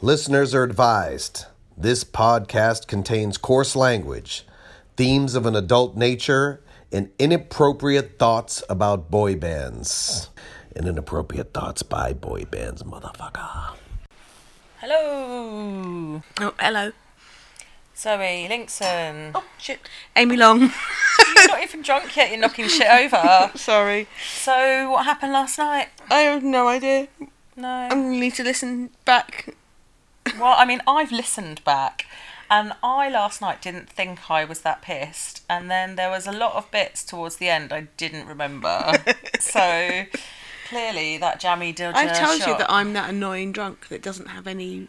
Listeners are advised this podcast contains coarse language, themes of an adult nature, and inappropriate thoughts about boy bands. And inappropriate thoughts by boy bands, motherfucker. Hello. Oh, hello. Zoe Linkson. Oh, shit. Amy Long. You're not even drunk yet, you're knocking shit over. Sorry. So, what happened last night? I have no idea. I'm No. going to need to listen back. Well, I mean, I've listened back, and I last night didn't think I was that pissed, and then there was a lot of bits towards the end I didn't remember. so, clearly, that jammy dildo. I've told you shot- that I'm that annoying drunk that doesn't have any.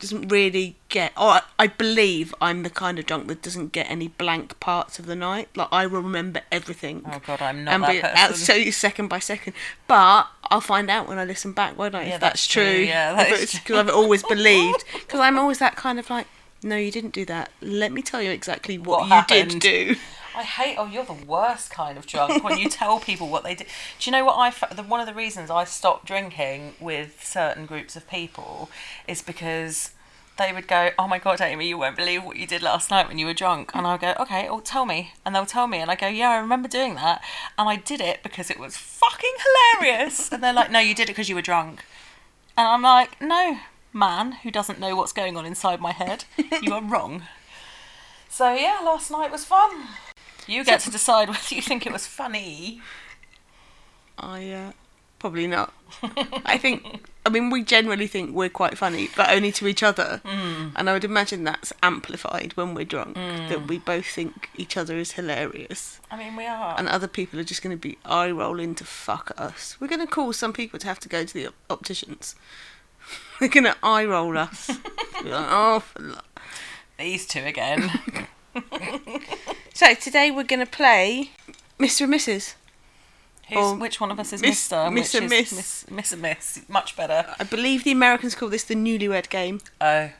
doesn't really get. Or I, I believe I'm the kind of drunk that doesn't get any blank parts of the night. Like, I will remember everything. Oh, God, I'm not And that be, person. I'll tell you second by second, but I'll find out when I listen back, won't I? Yeah, if that's, that's true, true. Yeah, that is because I've always believed. Because I'm always that kind of like, no, you didn't do that. Let me tell you exactly what, What you happened." did do. I hate. Oh, you're the worst kind of drunk when you tell people what they did. Do you know what I? fa- The, one of the reasons I stopped drinking with certain groups of people is because they would go, "Oh my god, Amy, you won't believe what you did last night when you were drunk," and I go, "Okay, well, tell me," and they'll tell me, and I go, "Yeah, I remember doing that, and I did it because it was fucking hilarious," and they're like, "No, you did it because you were drunk," and I'm like, "No." Man who doesn't know what's going on inside my head, you are wrong. So yeah, last night was fun. You get to decide whether you think it was funny. I uh, probably not. I think. I mean, we generally think we're quite funny, but only to each other. Mm. And I would imagine that's amplified when we're drunk. That we both think each other is hilarious, I mean, we are. and other people are just going to be eye rolling to fuck us. We're going to cause some people to have to go to the op- opticians. They're going to eye roll us. Be like, oh, for lo-" These two again. so today we're going to play Mr. and Mrs. Who's, Or which one of us is Oh, miss- Mr. and miss which and is miss. miss. Miss and Miss. Much better. I believe the Americans call this the newlywed game. Oh.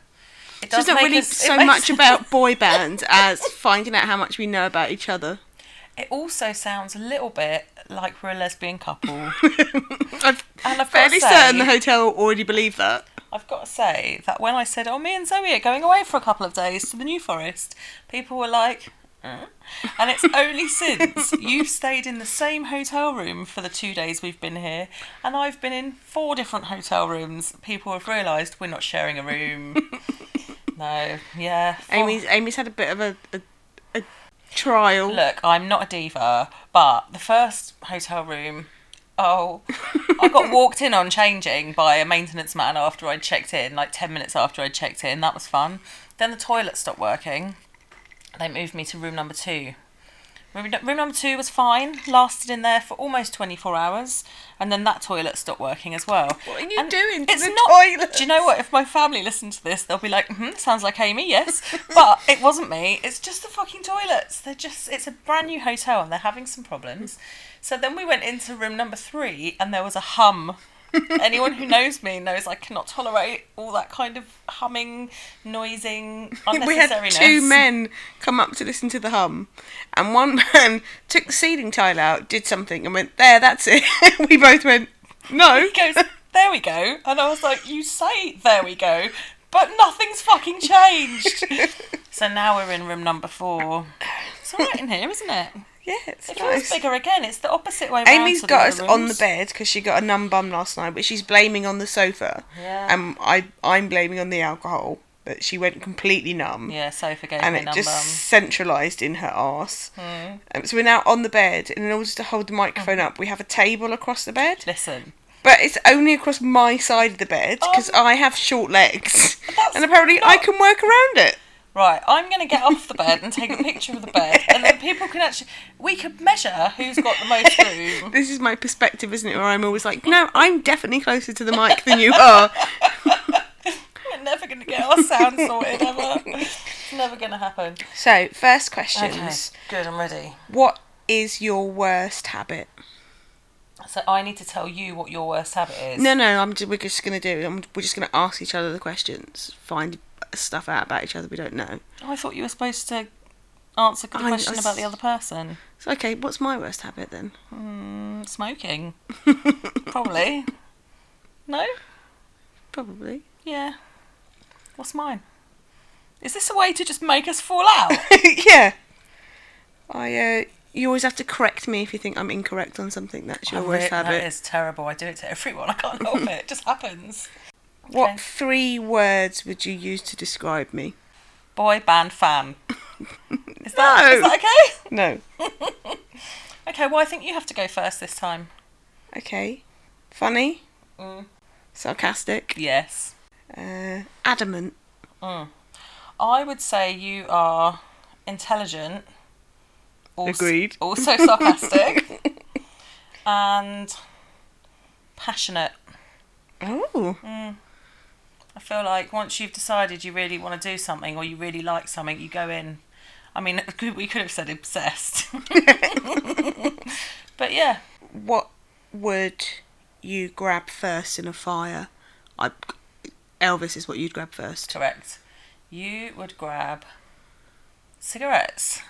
It So it's not make really us- it so makes- much about boy bands as finding out how much we know about each other. It also sounds a little bit like we're a lesbian couple. I'm And I've got to fairly say- certain the hotel already believed that. I've got to say that when I said, "Oh, me and Zoe are going away for a couple of days to the New Forest," people were like, "Huh?" and it's only since you've stayed in the same hotel room for the two days we've been here, and I've been in four different hotel rooms. People have realised we're not sharing a room. no, yeah. four- Amy's Amy's had a bit of a, a, a trial. Look, I'm not a diva, but the first hotel room, oh, I got walked in on changing by a maintenance man after I'd checked in, like 10 minutes after I'd checked in. That was fun. Then the toilet stopped working. They moved me to room number two. Room, room number two was fine, lasted in there for almost 24 hours, and then that toilet stopped working as well. What are you And doing to it's the not- toilet? Do you know what? If my family listen to this, they'll be like, hmm, sounds like Amy, yes. But it wasn't me. It's just the fucking toilets. They're just, it's a brand new hotel and they're having some problems. So then we went into room number three and there was a hum. Anyone who knows me knows I cannot tolerate all that kind of humming, noising, we had unnecessariness. two men come up to listen to the hum, and one man took the ceiling tile out, did something, and went there. That's it. we both went no. He goes, there we go. And I was like, you say, there we go, but nothing's fucking changed. so now we're in room number four. It's all right in here, isn't it? yeah, it's It feels nice. bigger again. It's the opposite way round. Amy's to got us the other on the rooms. bed because she got a numb bum last night, which she's blaming on the sofa. Yeah. And I, I'm blaming on the alcohol, but she went completely numb. Yeah, sofa gave And me it number. just centralised in her arse. Hmm. Um, so we're now on the bed, and in order to hold the microphone Mm. up, we have a table across the bed. Listen, But it's only across my side of the bed because Um, I have short legs. that's And apparently I not- can work around it. right, I'm going to get off the bed and take a picture of the bed, and then people can actually. We could measure who's got the most room. This is my perspective, isn't it? Where I'm always like, no, I'm definitely closer to the mic than you are. We're never going to get our sound sorted ever. It's never going to happen. So, first Okay, questions. good, I'm ready. What is your worst habit? So I need to tell you what your worst habit is. No, no. I'm just, we're just gonna do. I'm, we're just gonna ask each other the questions, find stuff out about each other we don't know. Oh, I thought you were supposed to answer the I- I question about the s- other person. So, okay, what's my worst habit then? Mm, smoking, probably. No? Probably. Yeah. What's mine? Is this a way to just make us fall out? yeah. I. Uh, you always have to correct me if you think I'm incorrect on something. That's your I worst re- habit. That is terrible. I do it to everyone. I can't help it. It just happens. Okay. What three words would you use to describe me? Boy band fan. Is No. that, is that okay? No. Okay, well, I think you have to go first this time. Okay. Funny. Mm. Sarcastic. Yes. Uh, adamant. I would say you are intelligent. als- Agreed. Also sarcastic. and passionate. Oh. I feel like once you've decided you really want to do something or you really like something, you go in. I mean, we could have said obsessed. but yeah, What would you grab first in a fire? I, Elvis is what you'd grab first. correct. You would grab cigarettes.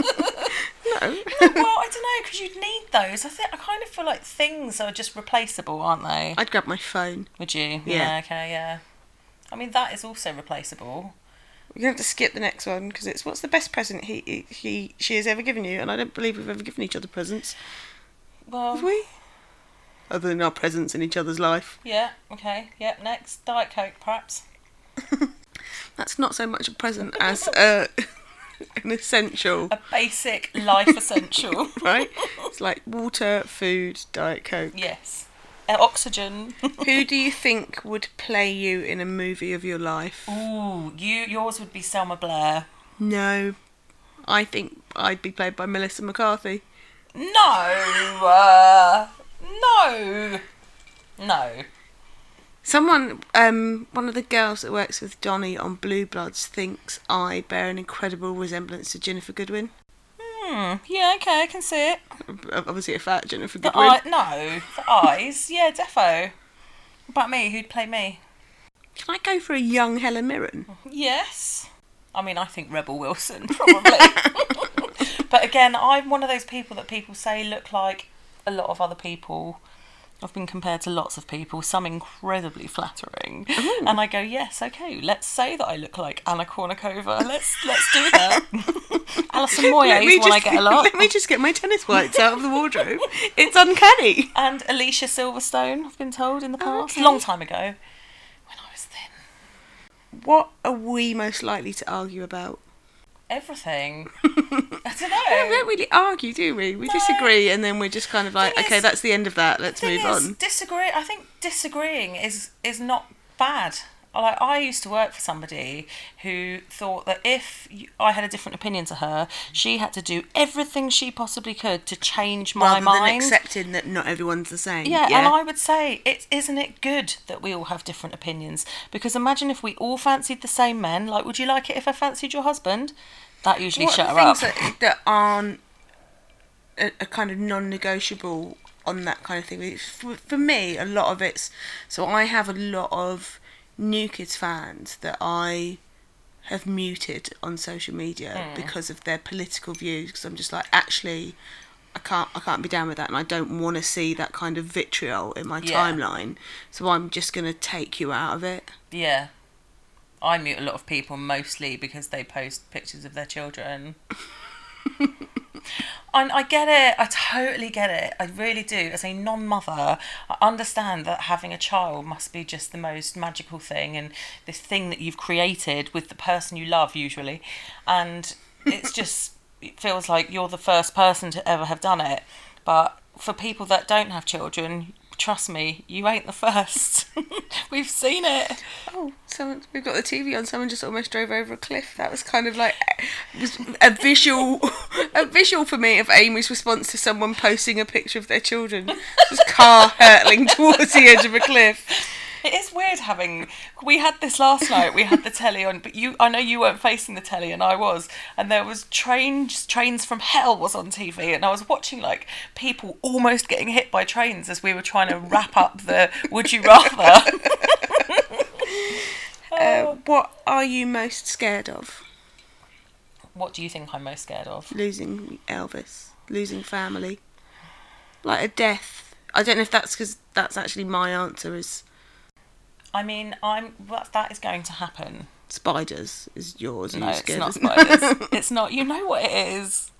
No. well, I don't know because you'd need those. I think I kind of feel like things are just replaceable, aren't they? I'd grab my phone. Would you? Yeah. Okay. Yeah. I mean, that is also replaceable. We're gonna have to skip the next one because it's what's the best present he he she has ever given you, and I don't believe we've ever given each other presents, Well. have we? Other than our presence in each other's life. Yeah. Okay. Yep. Next, Diet Coke, perhaps. That's not so much a present as uh, an essential, A basic life essential. right? It's like water, food, diet coke. yes. Uh, oxygen. Who do you think would play you in a movie of your life? Ooh, you yours would be Selma Blair. No, I think I'd be played by Melissa McCarthy. No. Uh, no. No. Someone, um, one of the girls that works with Donnie on Blue Bloods thinks I bear an incredible resemblance to Jennifer Goodwin. Hmm. Yeah. Okay. I can see it. Obviously, a fat Jennifer The Goodwin. eye, no, the eyes. Yeah, defo. What About me, who'd play me? Can I go for a young Helen Mirren? Yes. I mean, I think Rebel Wilson probably. but again, I'm one of those people that people say look like a lot of other people. I've been compared to lots of people, some incredibly flattering, and I go, yes, okay, let's say that I look like Anna Kournikova. Let's let's do that. Alison Moyes, Let me is one I just- get a lot, Let me just get my tennis whites out of the wardrobe. It's uncanny. and Alicia Silverstone. I've been told in the Oh, past, okay. long time ago, when I was thin. What are we most likely to argue about? everything. I don't We don't- we know. don't really argue, do we? We No. disagree, and then we're just kind of like, Thing okay, is- that's the end of that. Let's Thing move is, on. Disagree. I think disagreeing is is not bad. Like I used to work for somebody who thought that if you- I had a different opinion to her, she had to do everything she possibly could to change my Rather mind. than accepting that not everyone's the same. Yeah, and I would say it isn't it good that we all have different opinions because imagine if we all fancied the same men. Like, would you like it if I fancied your husband? That usually what shut are her the up. things that, that aren't a, a kind of non-negotiable on that kind of thing It's- for, for me a lot of it's so i have a lot of new kids fans that i have muted on social media Hmm. because of their political views because i'm just like actually I can't, I can't be down with that, and I don't want to see that kind of vitriol in my Yeah. timeline. So I'm just going to take you out of it. Yeah. I mute a lot of people mostly because they post pictures of their children. and I get it. I totally get it. I really do. As a non mother, I understand that having a child must be just the most magical thing and this thing that you've created with the person you love, usually. And it's just, it feels like you're the first person to ever have done it. But for people that don't have children, trust me, you ain't the first. We've seen it. Oh, someone, we've got the TV on. Someone just almost drove over a cliff. That was kind of like it was a visual, a visual for me of Amy's response to someone posting a picture of their children, just car hurtling towards the edge of a cliff. It is weird having. We had this last night. We had the telly on, but you. I know you weren't facing the telly, and I was. And there was trains. Trains from hell was on TV, and I was watching like people almost getting hit by trains as we were trying to wrap up the Would You Rather. Uh, Oh. what are you most scared of? what do you think I'm most scared of? Losing Elvis, losing family, like a death. I don't know if that's because that's actually my answer. Is I mean, I'm that, that is going to happen. Spiders is yours. and No, you it's scared, not isn't it? spiders. it's not. You know what it is?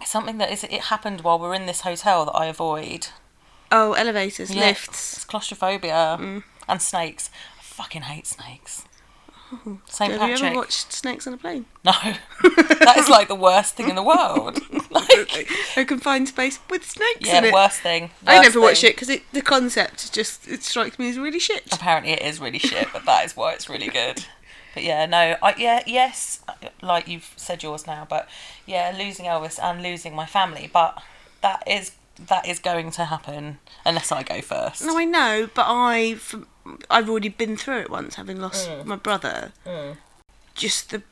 It's something that is. It happened while we're in this hotel that I avoid. Oh, elevators, Yeah, lifts. It's claustrophobia Mm. and snakes. I fucking hate snakes. St. Have Patrick. you ever watched Snakes on a Plane? No, that is like the worst thing in the world. like, a confined space with snakes in yeah, it. worst thing. I worst never watched thing. it because the concept just it strikes me as really shit. Apparently, it is really shit, but that is why it's really good. But yeah, no, I, yeah, yes, like you've said yours now, but yeah, losing Elvis and losing my family, but that is that is going to happen unless I go first. No, I know, but I've I've already been through it once, having lost Mm. my brother. Just the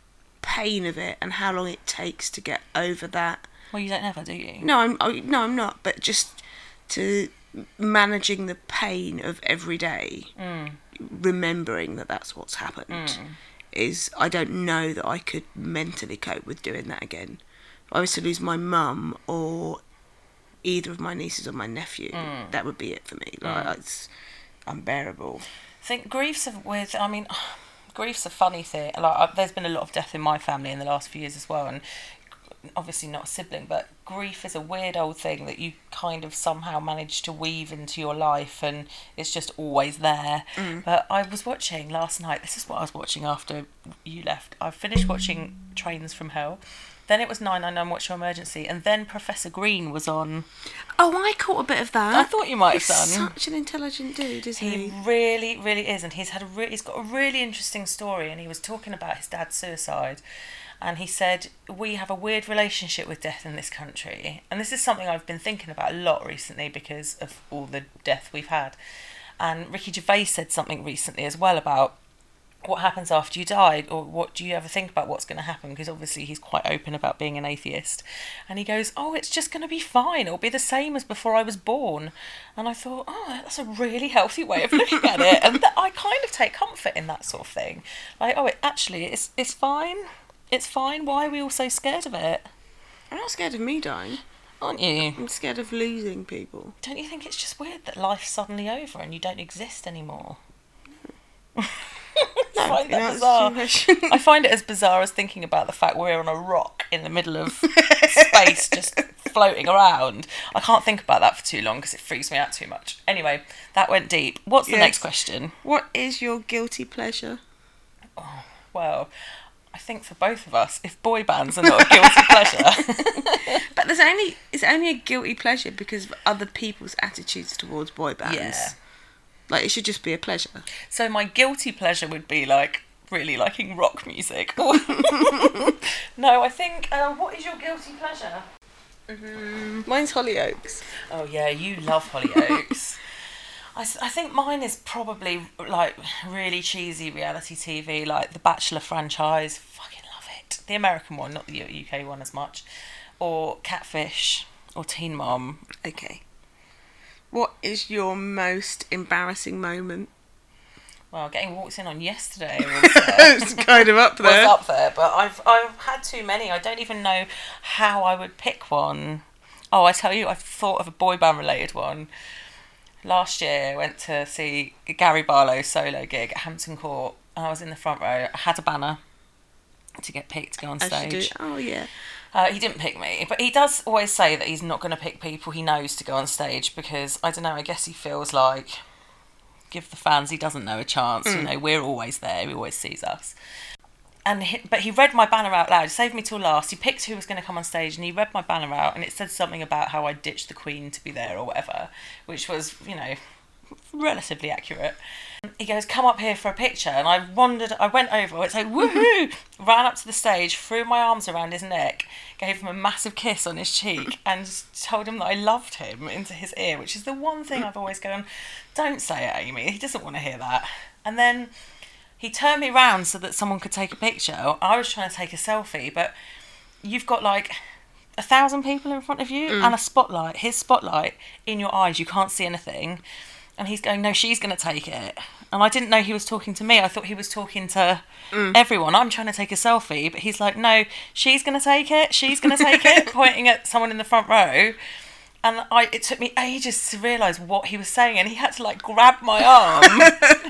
pain of it and how long it takes to get over that. well, you don't ever, do you? No, I'm I, no, I'm not. But just to managing the pain of every day, remembering that that's what's happened, is I don't know that I could mentally cope with doing that again. If I was to lose my mum or either of my nieces or my nephew, that would be it for me. Like it's unbearable. think griefs of with i mean grief's a funny thing like I, there's been a lot of death in my family in the last few years as well and obviously not a sibling but grief is a weird old thing that you kind of somehow manage to weave into your life and it's just always there but i was watching last night this is what i was watching after you left i finished watching trains from hell then it was 999 watch your emergency and then professor green was on Oh, I caught a bit of that. i thought you might have He's done such an intelligent dude, isn't he? he really, really is, and he's had a re- he's got a really interesting story. And he was talking about his dad's suicide, and he said we have a weird relationship with death in this country, and this is something I've been thinking about a lot recently because of all the death we've had. And Ricky Gervais said something recently as well about what happens after you die or what do you ever think about what's going to happen because obviously he's quite open about being an atheist and he goes oh it's just going to be fine it'll be the same as before i was born and i thought oh that's a really healthy way of looking at it and that i kind of take comfort in that sort of thing like oh it actually it's it's fine it's fine why are we all so scared of it I'm not scared of me dying. aren't you I'm scared of losing people. don't you think it's just weird that life's suddenly over and you don't exist anymore I find that bizarre. I find it as bizarre as thinking about the fact we're on a rock in the middle of space just floating around. I can't think about that for too long because it freaks me out too much. Anyway, that went deep. What's the Yes. next question? What is your guilty pleasure? Well, I think for both of us, if boy bands are not a guilty pleasure, But there's only it's only a guilty pleasure because of other people's attitudes towards boy bands. Yeah. Like it should just be a pleasure. so my guilty pleasure would be like really liking rock music. no, I think. Uh, what is your guilty pleasure? Mine's Hollyoaks. Oh yeah, you love Hollyoaks. I, s- I think mine is probably like really cheesy reality TV, like the Bachelor franchise. Fucking love it. The American one, not the U- UK one as much, or Catfish, or Teen Mom. Okay. What is your most embarrassing moment? Well, getting walked in on yesterday was, uh, it's kind of up was there. up there, but I've I've had too many. I don't even know how I would pick one. Oh, I tell you, I've thought of a boy band related one. last year I went to see Gary Barlow's solo gig at Hampton Court and I was in the front row. I had a banner to get picked to go on As you do- stage. Oh yeah. Uh, he didn't pick me, but he does always say that he's not going to pick people he knows to go on stage because I don't know. I guess he feels like give the fans he doesn't know a chance. You know, we're always there. He always sees us. And he, but he read my banner out loud. Saved me till last. He picked who was going to come on stage, and he read my banner out, and it said something about how I ditched the Queen to be there or whatever, which was you know relatively accurate he goes, come up here for a picture. And I wandered, I went over, it's like, woohoo, ran up to the stage, threw my arms around his neck, gave him a massive kiss on his cheek, and told him that I loved him into his ear, which is the one thing I've always gone, don't say it, Amy. He doesn't want to hear that. And then he turned me round so that someone could take a picture. I was trying to take a selfie, but you've got like a thousand people in front of you and a spotlight, his spotlight in your eyes. You can't see anything. And he's going, No, she's going to take it. And I didn't know he was talking to me. I thought he was talking to everyone. I'm trying to take a selfie, but he's like, No, she's going to take it. She's going to take it, pointing at someone in the front row. And I, it took me ages to realise what he was saying, and he had to like grab my arm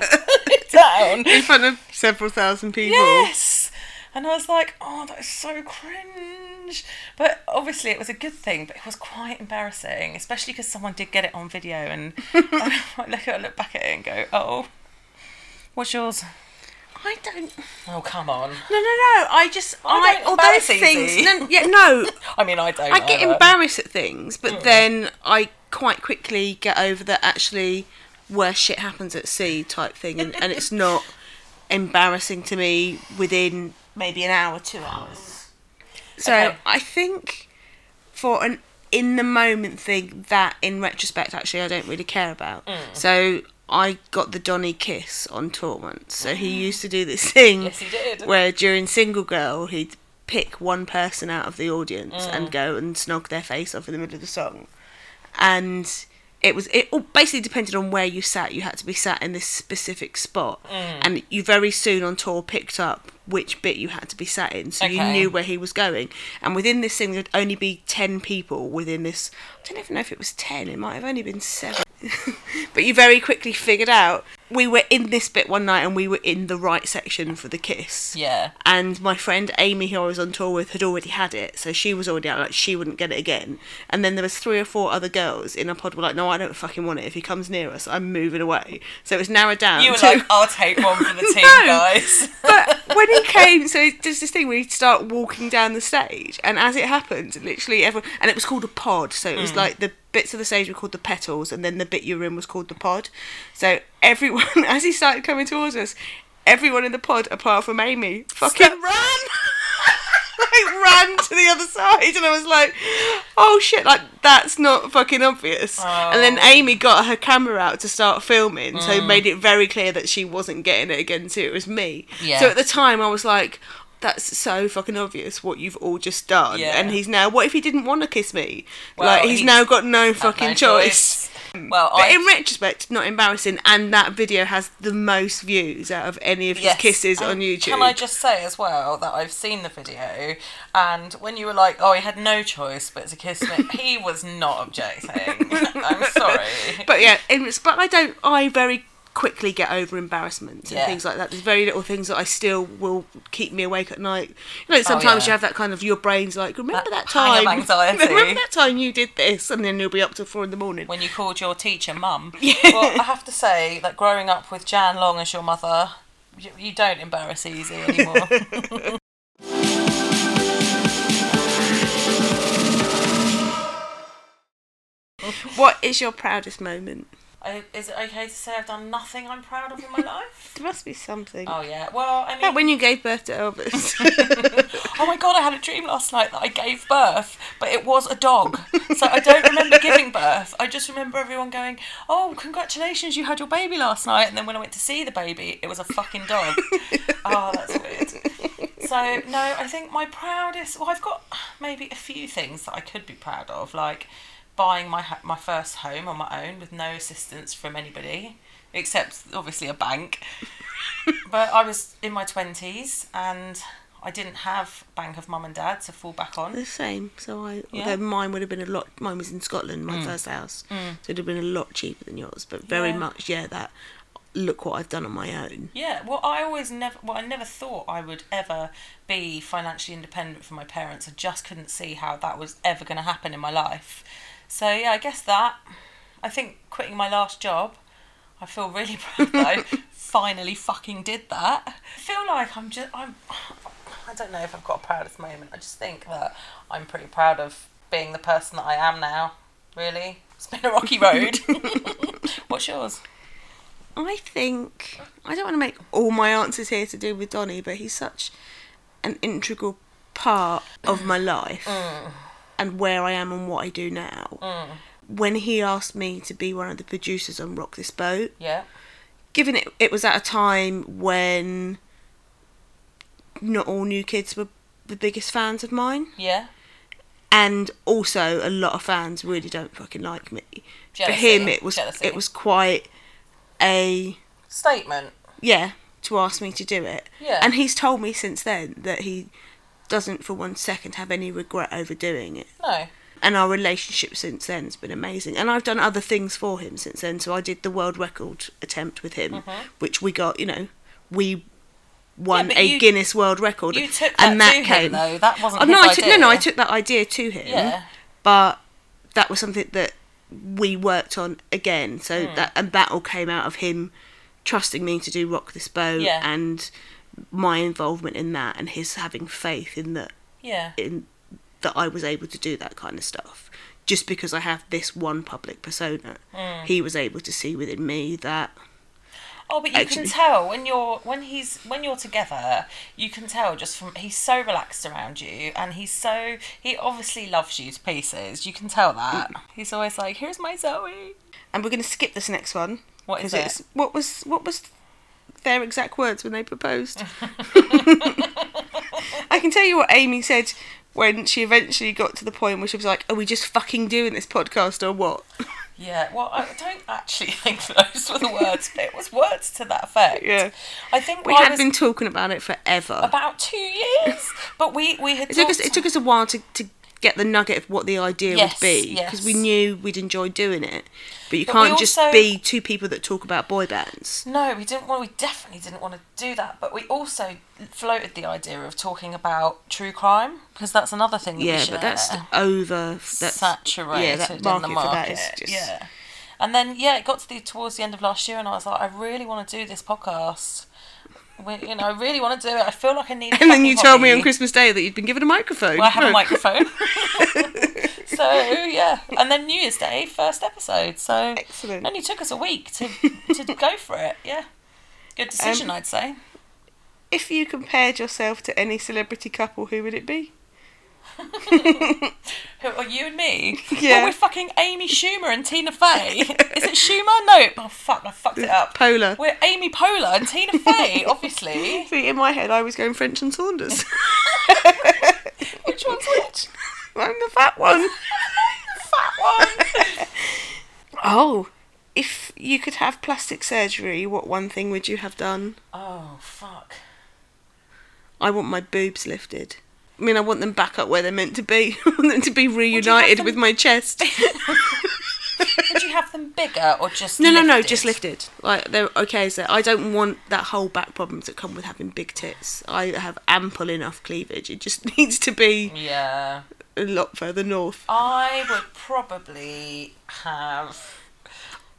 down. in front of several thousand people. Yes. And I was like, oh, that is so cringe. But obviously, it was a good thing, but it was quite embarrassing, especially because someone did get it on video. And I might look, at, look back at it and go, oh, what's yours? I don't. Oh, come on. No, no, no. I just I, I don't although embarrass easy. things. No, yeah, no. I mean, I don't. I get either. embarrassed at things, but then I quite quickly get over that actually worse shit happens at sea type thing, and, and it's not embarrassing to me within maybe an hour, two hours. So Okay. I think for an in the moment thing that in retrospect actually I don't really care about. Mm. So I got the Donny kiss on Torment. So he used to do this thing Mm. Yes, he did. where during Single Girl, he'd pick one person out of the audience Mm. and go and snog their face off in the middle of the song. And it was it all basically depended on where you sat. You had to be sat in this specific spot, Mm. and you very soon on tour picked up which bit you had to be sat in, so you Okay. knew where he was going. And within this thing, there'd only be ten people within this. I don't even know if it was ten. It might have only been seven. but you very quickly figured out we were in this bit one night and we were in the right section for the kiss Yeah. and my friend Amy, who I was on tour with, had already had it, so she was already out. Like she wouldn't get it again. And then there was three or four other girls in our pod were like, "No, I don't fucking want it. If he comes near us, I'm moving away." So it was narrowed down. You were to- like, I'll take one for the team, No. guys. but when he came, so there's this thing where he'd start walking down the stage, and as it happened, literally everyone, and it was called a pod, so it was like the bits of the stage were called the petals, and then the bit you were in was called the pod. So everyone, as he started coming towards us, everyone in the pod, apart from Amy, fucking ran. like ran to the other side and I was like oh shit like that's not fucking obvious and then Amy got her camera out to start filming so Mm. made it very clear that she wasn't getting it again too it was me Yeah. so at the time I was like that's so fucking obvious what you've all just done Yeah. and he's now what if he didn't want to kiss me Well, like he's, he's now got no fucking No choice. Well, But I, in retrospect, not embarrassing, and that video has the most views out of any of his Yes. kisses And on YouTube. Can I just say as well that I've seen the video, and when you were like, "Oh, he had no choice but to kiss me," he was not objecting. I'm sorry. But yeah, in, but I don't. I very quickly get over embarrassment and Yeah. things like that. There's very little things that I still will keep me awake at night. You know, sometimes Oh, yeah. you have that kind of your brain's like, remember that, That pang of time? anxiety. Remember that time you did this, and then you'll be up till four in the morning. when you called your teacher mum. Well, I have to say that growing up with Jan Long as your mother, you, you don't embarrass easy anymore. What is your proudest moment? I, is it okay to say I've done nothing I'm proud of in my life? There must be something. Oh yeah. Well, I mean, Like when you gave birth to Elvis. Oh my god, I had a dream last night that I gave birth, but it was a dog. So I don't remember giving birth. I just remember everyone going, "Oh, congratulations, you had your baby last night." And then when I went to see the baby, it was a fucking dog. oh, that's weird. So, no, I think my proudest, well, I've got maybe a few things that I could be proud of, like buying my ho- my first home on my own with no assistance from anybody except obviously a bank but I was in my twenties and I didn't have Bank of Mum and Dad to fall back on. the same. So I, Yeah. Mm. although mine would have been a lot. Mine was in Scotland, my first house, so it'd have been a lot cheaper than yours. But very Yeah. much, yeah. That look what I've done on my own. Yeah, well, I always never, well, I never thought I would ever be financially independent from my parents. I just couldn't see how that was ever going to happen in my life. So yeah, I guess that. I think quitting my last job, I feel really proud that I finally fucking did that. I feel like I'm just, I'm, I don't know if I've got a proudest moment. I just think that I'm pretty proud of being the person that I am now. Really, it's been a rocky road. What's yours? I think I don't want to make all my answers here to do with Donny, but he's such an integral part of my life Mm. and where I am and what I do now. When he asked me to be one of the producers on Rock This Boat, Yeah. given it, it was at a time when not all new kids were the biggest fans of mine, Yeah. and also a lot of fans really don't fucking like me. For Jealousy, him, it was jealousy. it was quite a Statement. yeah to ask me to do it. Yeah. and he's told me since then that he doesn't for one second have any regret over doing it. No. and our relationship since then has been amazing. And I've done other things for him since then. So I did the world record attempt with him, which we got. You know, we won Mm-hmm. but a you- Guinness World Record, You took and that that to him, came. though. That wasn't Oh, no, his I took, no, no, I idea. took that idea to him. Yeah. But that was something that we worked on again. So Hmm. that and that all came out of him trusting me to do Rock This Bow Yeah. and my involvement in that and his having faith in that Yeah. in that I was able to do that kind of stuff. Just because I have this one public persona, Hmm. he was able to see within me that Oh, but you actually. can tell when you're when he's when you're together, you can tell just from he's so relaxed around you, and he's so he obviously loves you to pieces. You can tell that Mm. he's always like, "Here's my Zoe." and we're going to skip this next one. What is 'cause it? it's- What was what was their exact words when they proposed? I can tell you what Amy said when she eventually got to the point where she was like, "Are we just fucking doing this podcast or what?" Yeah, well, I don't actually think those were the words, but it was words to that effect. Yeah. I think We I had was been talking about it forever. about two years, but we we had It took us talked- it took us a while to to get the nugget of what the idea Yes, would be because we yes. knew we'd enjoy doing it, but you But we can't just also- be two people that talk about boy bands. No, we didn't want. We definitely didn't want to do that. But we also floated the idea of talking about true crime because that's another thing. That we Yeah, share. but that's over. That's saturated yeah, that in the market for that market. is just- Yeah. And then yeah, it got to the towards the end of last year, and I was like, I really want to do this podcast. We, you know, I really want to do it. I feel like I need. a And then fucking you told me hobby. on Christmas Day that you'd been given a microphone. Well, I have a microphone. so yeah, and then New Year's Day, first episode. So Excellent. It only took us a week to to go for it. Yeah, good decision, Um, I'd say. If you compared yourself to any celebrity couple, who would it be? Who are you and me? Yeah. Well, we're fucking Amy Schumer and Tina Fey. Is it Schumer? No. Oh fuck, I fucked it up. Polar. We're Amy Poehler and Tina Fey, obviously. See, in my head, I was going French and Saunders. Which one's which? I'm the fat one. Fat one. Oh, if you could have plastic surgery, what one thing would you have done? Oh fuck. I want my boobs lifted. I mean, I want them back up where they're meant to be. I want them to be reunited them- with my chest. Would you have them bigger or just No, no, no, lifted? just lifted. Like they're okay as that. I don't want that whole back problems that come with having big tits. I have ample enough cleavage. It just needs to be Yeah. a lot further north. I would probably have.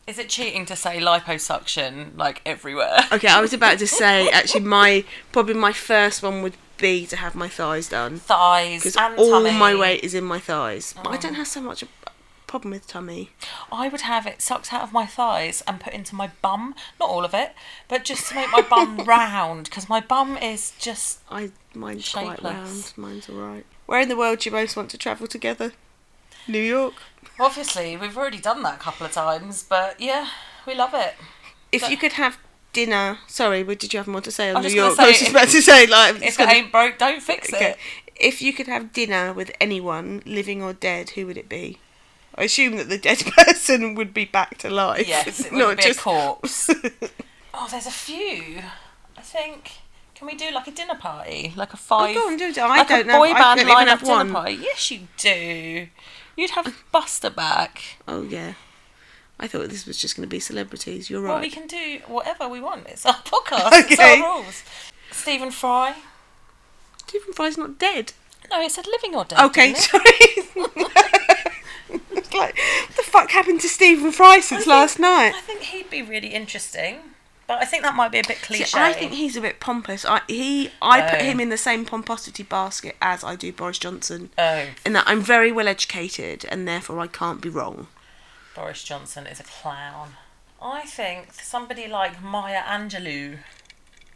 Is it cheating to say liposuction like everywhere? Okay, I was about to say actually my probably my first one would be to have my thighs done Thighs because and all tummy. Mm. my weight is in my thighs. But I don't have so much a problem with tummy. I would have it sucked out of my thighs and put into my bum. Not all of it, but just to make my bum round because my bum is just. I mine's Shapeless. quite round. Mine's all right. Where in the world do you most want to travel together? New York. Obviously, we've already done that a couple of times, but yeah, we love it. If you could have dinner, sorry, what did you have more to say on I was New just gonna York? I was say, just if- about to say like I'm If just it gonna- ain't broke, don't fix okay. it. If you could have dinner with anyone, living or dead, who would it be? I assume that the dead person would be back to life. Yes, it would not be just a corpse. oh, there's a few. I think. Can we do like a dinner party, like a five? Oh, go on, do it. I like don't a know. Boy I band don't even line have up one. dinner party. Yes, you do. You'd have Buster back. Oh yeah, I thought this was just going to be celebrities. You're Well, we right. can do whatever we want. It's our podcast. It's Okay. our rules. Stephen Fry. Stephen Fry's not dead. No, it said living or dead. Oh, Okay, didn't it? sorry. It's like what the fuck happened to Stephen Fry since last night? I think he'd be really interesting, but I think that might be a bit See, cliche. I think he's a bit pompous. I he I put Oh. him in the same pomposity basket as I do Boris Johnson. Oh, in that I'm very well educated and therefore I can't be wrong. Boris Johnson is a clown. I think somebody like Maya Angelou.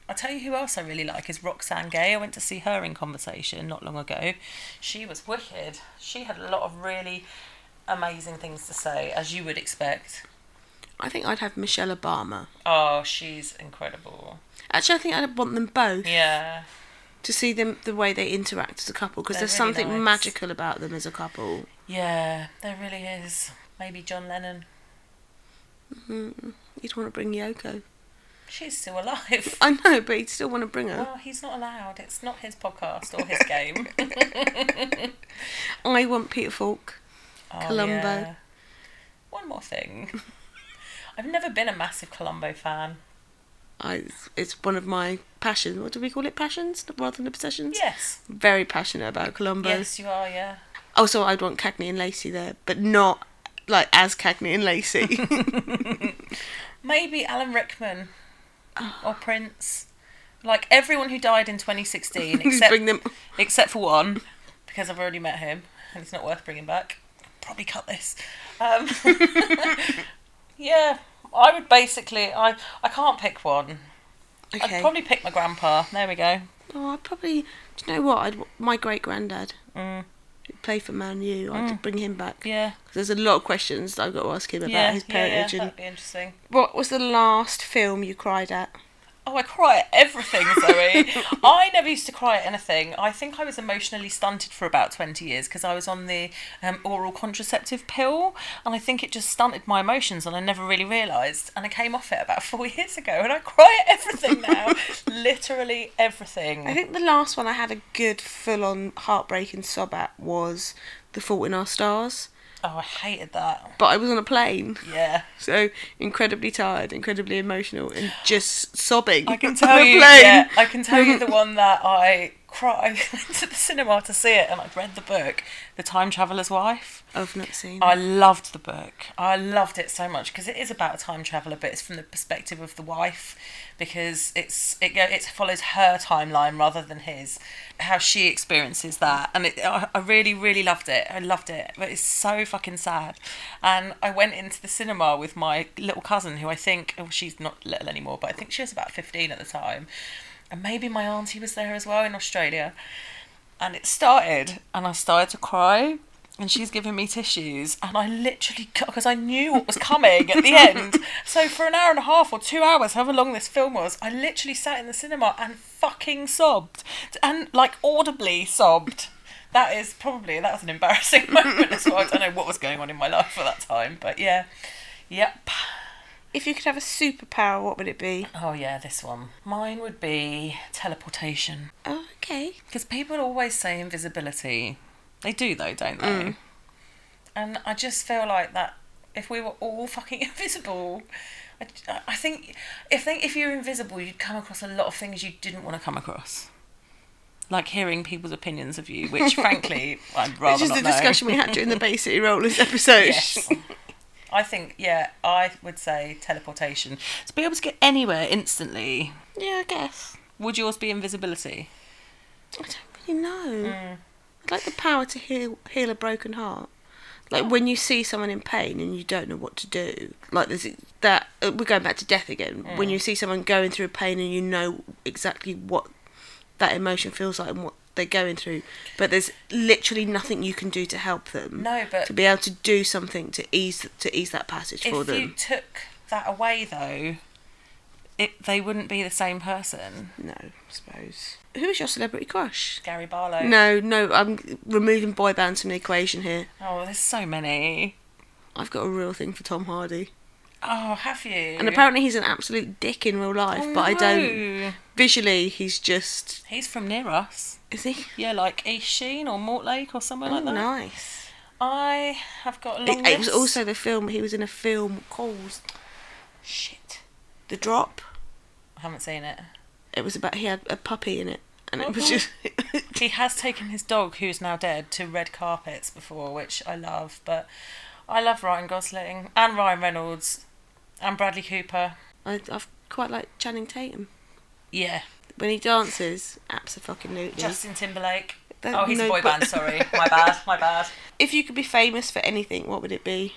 I'll tell you who else I really like is Roxanne Gay. I went to see her in conversation not long ago. She was wicked. She had a lot of really amazing things to say, as you would expect. I think I'd have Michelle Obama. Oh, she's incredible. Actually, I think I'd want them both Yeah. to see them the way they interact as a couple because They're there's really something nice. magical about them as a couple. Yeah, there really is. Maybe John Lennon. You'd want to bring Yoko. She's still alive. I know, but you'd still want to bring her. Well, he's not allowed. It's not his podcast or his game. I want Peter Falk. Oh, Columbo. yeah. One more thing. I've never been a massive Columbo fan. I, it's one of my passions. What do we call it? Passions rather than obsessions. Yes. Very passionate about Columbo. Yes, you are, yeah. Also, I'd want Cagney and Lacey there, but not like as Cagney and Lacey. Maybe Alan Rickman or Prince. Like everyone who died in 2016, Just except, bring them. except for one, because I've already met him and it's not worth bringing back. Probably cut this. Um, yeah, I would basically, I, I can't pick one. Okay. I'd probably pick my grandpa. There we go. Oh, I'd probably. Do you know what? I'd my great granddad. who played for Man U. I'd bring him back. Mm. Yeah. There's a lot of questions that I've got to ask him about yeah, his yeah, yeah, parentage. and that'd be interesting. what was the last film you cried at? Oh, I cry at everything, Zoe. I never used to cry at anything. I think I was emotionally stunted for about 20 years because I was on the um, oral contraceptive pill and I think it just stunted my emotions and I never really realised. And I came off it about four years ago and I cry at everything now. Literally everything. I think the last one I had a good full on heartbreak and sob at was The Fault in Our Stars. oh, I hated that. But I was on a plane, Yeah. so incredibly tired, incredibly emotional, and just sobbing. I can on tell a you. plane. Yeah, I can tell you the one that I cried. I went to the cinema to see it and I read the book, The Time Traveller's Wife. I've not seen. I loved the book. I loved it so much because it is about a time traveler, but it's from the perspective of the wife, because it's it go it follows her timeline rather than his, how she experiences that, and it, I, I really really loved it. I loved it, but it's so fucking sad. And I went into the cinema with my little cousin, who I think oh she's not little anymore, but I think she was about fifteen at the time, and maybe my auntie was there as well in Australia and it started and i started to cry and she's giving me tissues and i literally because i knew what was coming at the end so for an hour and a half or two hours however long this film was i literally sat in the cinema and fucking sobbed and like audibly sobbed that is probably that was an embarrassing moment as well i don't know what was going on in my life at that time but yeah yep If you could have a superpower, what would it be? oh yeah this one mine would be teleportation Oh, okay. Because people always say invisibility. They do, though, don't they? Mm. And I just feel like that if we were all fucking invisible, I, I think if they, if you're invisible, you'd come across a lot of things you didn't want to come across. Like hearing people's opinions of you, which frankly, I'd rather Which is not the know. discussion we had during the Bay City Rollers episode. Yes. I think, yeah, I would say teleportation. To be able to get anywhere instantly. yeah, I guess. Would yours be invisibility? I don't really know. Mm. I'd like the power to heal heal a broken heart. Like when you see someone in pain and you don't know what to do. Like there's that uh, we're going back to death again. When Mm. you see someone going through pain and you know exactly what that emotion feels like and what they're going through, but there's literally nothing you can do to help them. No, but- to be able to do something to ease to ease that passage for if them. you took that away though it, they wouldn't be the same person No, I suppose. Who is your celebrity crush? gary barlow No, no, I'm removing boy bands from the equation here. oh there's so many I've got a real thing for Tom Hardy. oh have you And apparently he's an absolute dick in real life, Oh, but I don't. no. Visually, he's just. he's from near us Is he? yeah like east sheen or mortlake or somewhere Oh, like that Oh, nice. i have got a long It, it was list. also the film, he was in a film called. Shit. The Drop. i haven't seen it It was about. He had a puppy in it, and it was Oh. just. he has taken his dog who's now dead to red carpets before which i love but i love ryan gosling and ryan reynolds and bradley cooper I, I've quite like Channing Tatum. yeah When he dances, absolutely. Justin Timberlake. That- oh, he's no, a boy but- band. Sorry, my bad, my bad. If you could be famous for anything, what would it be?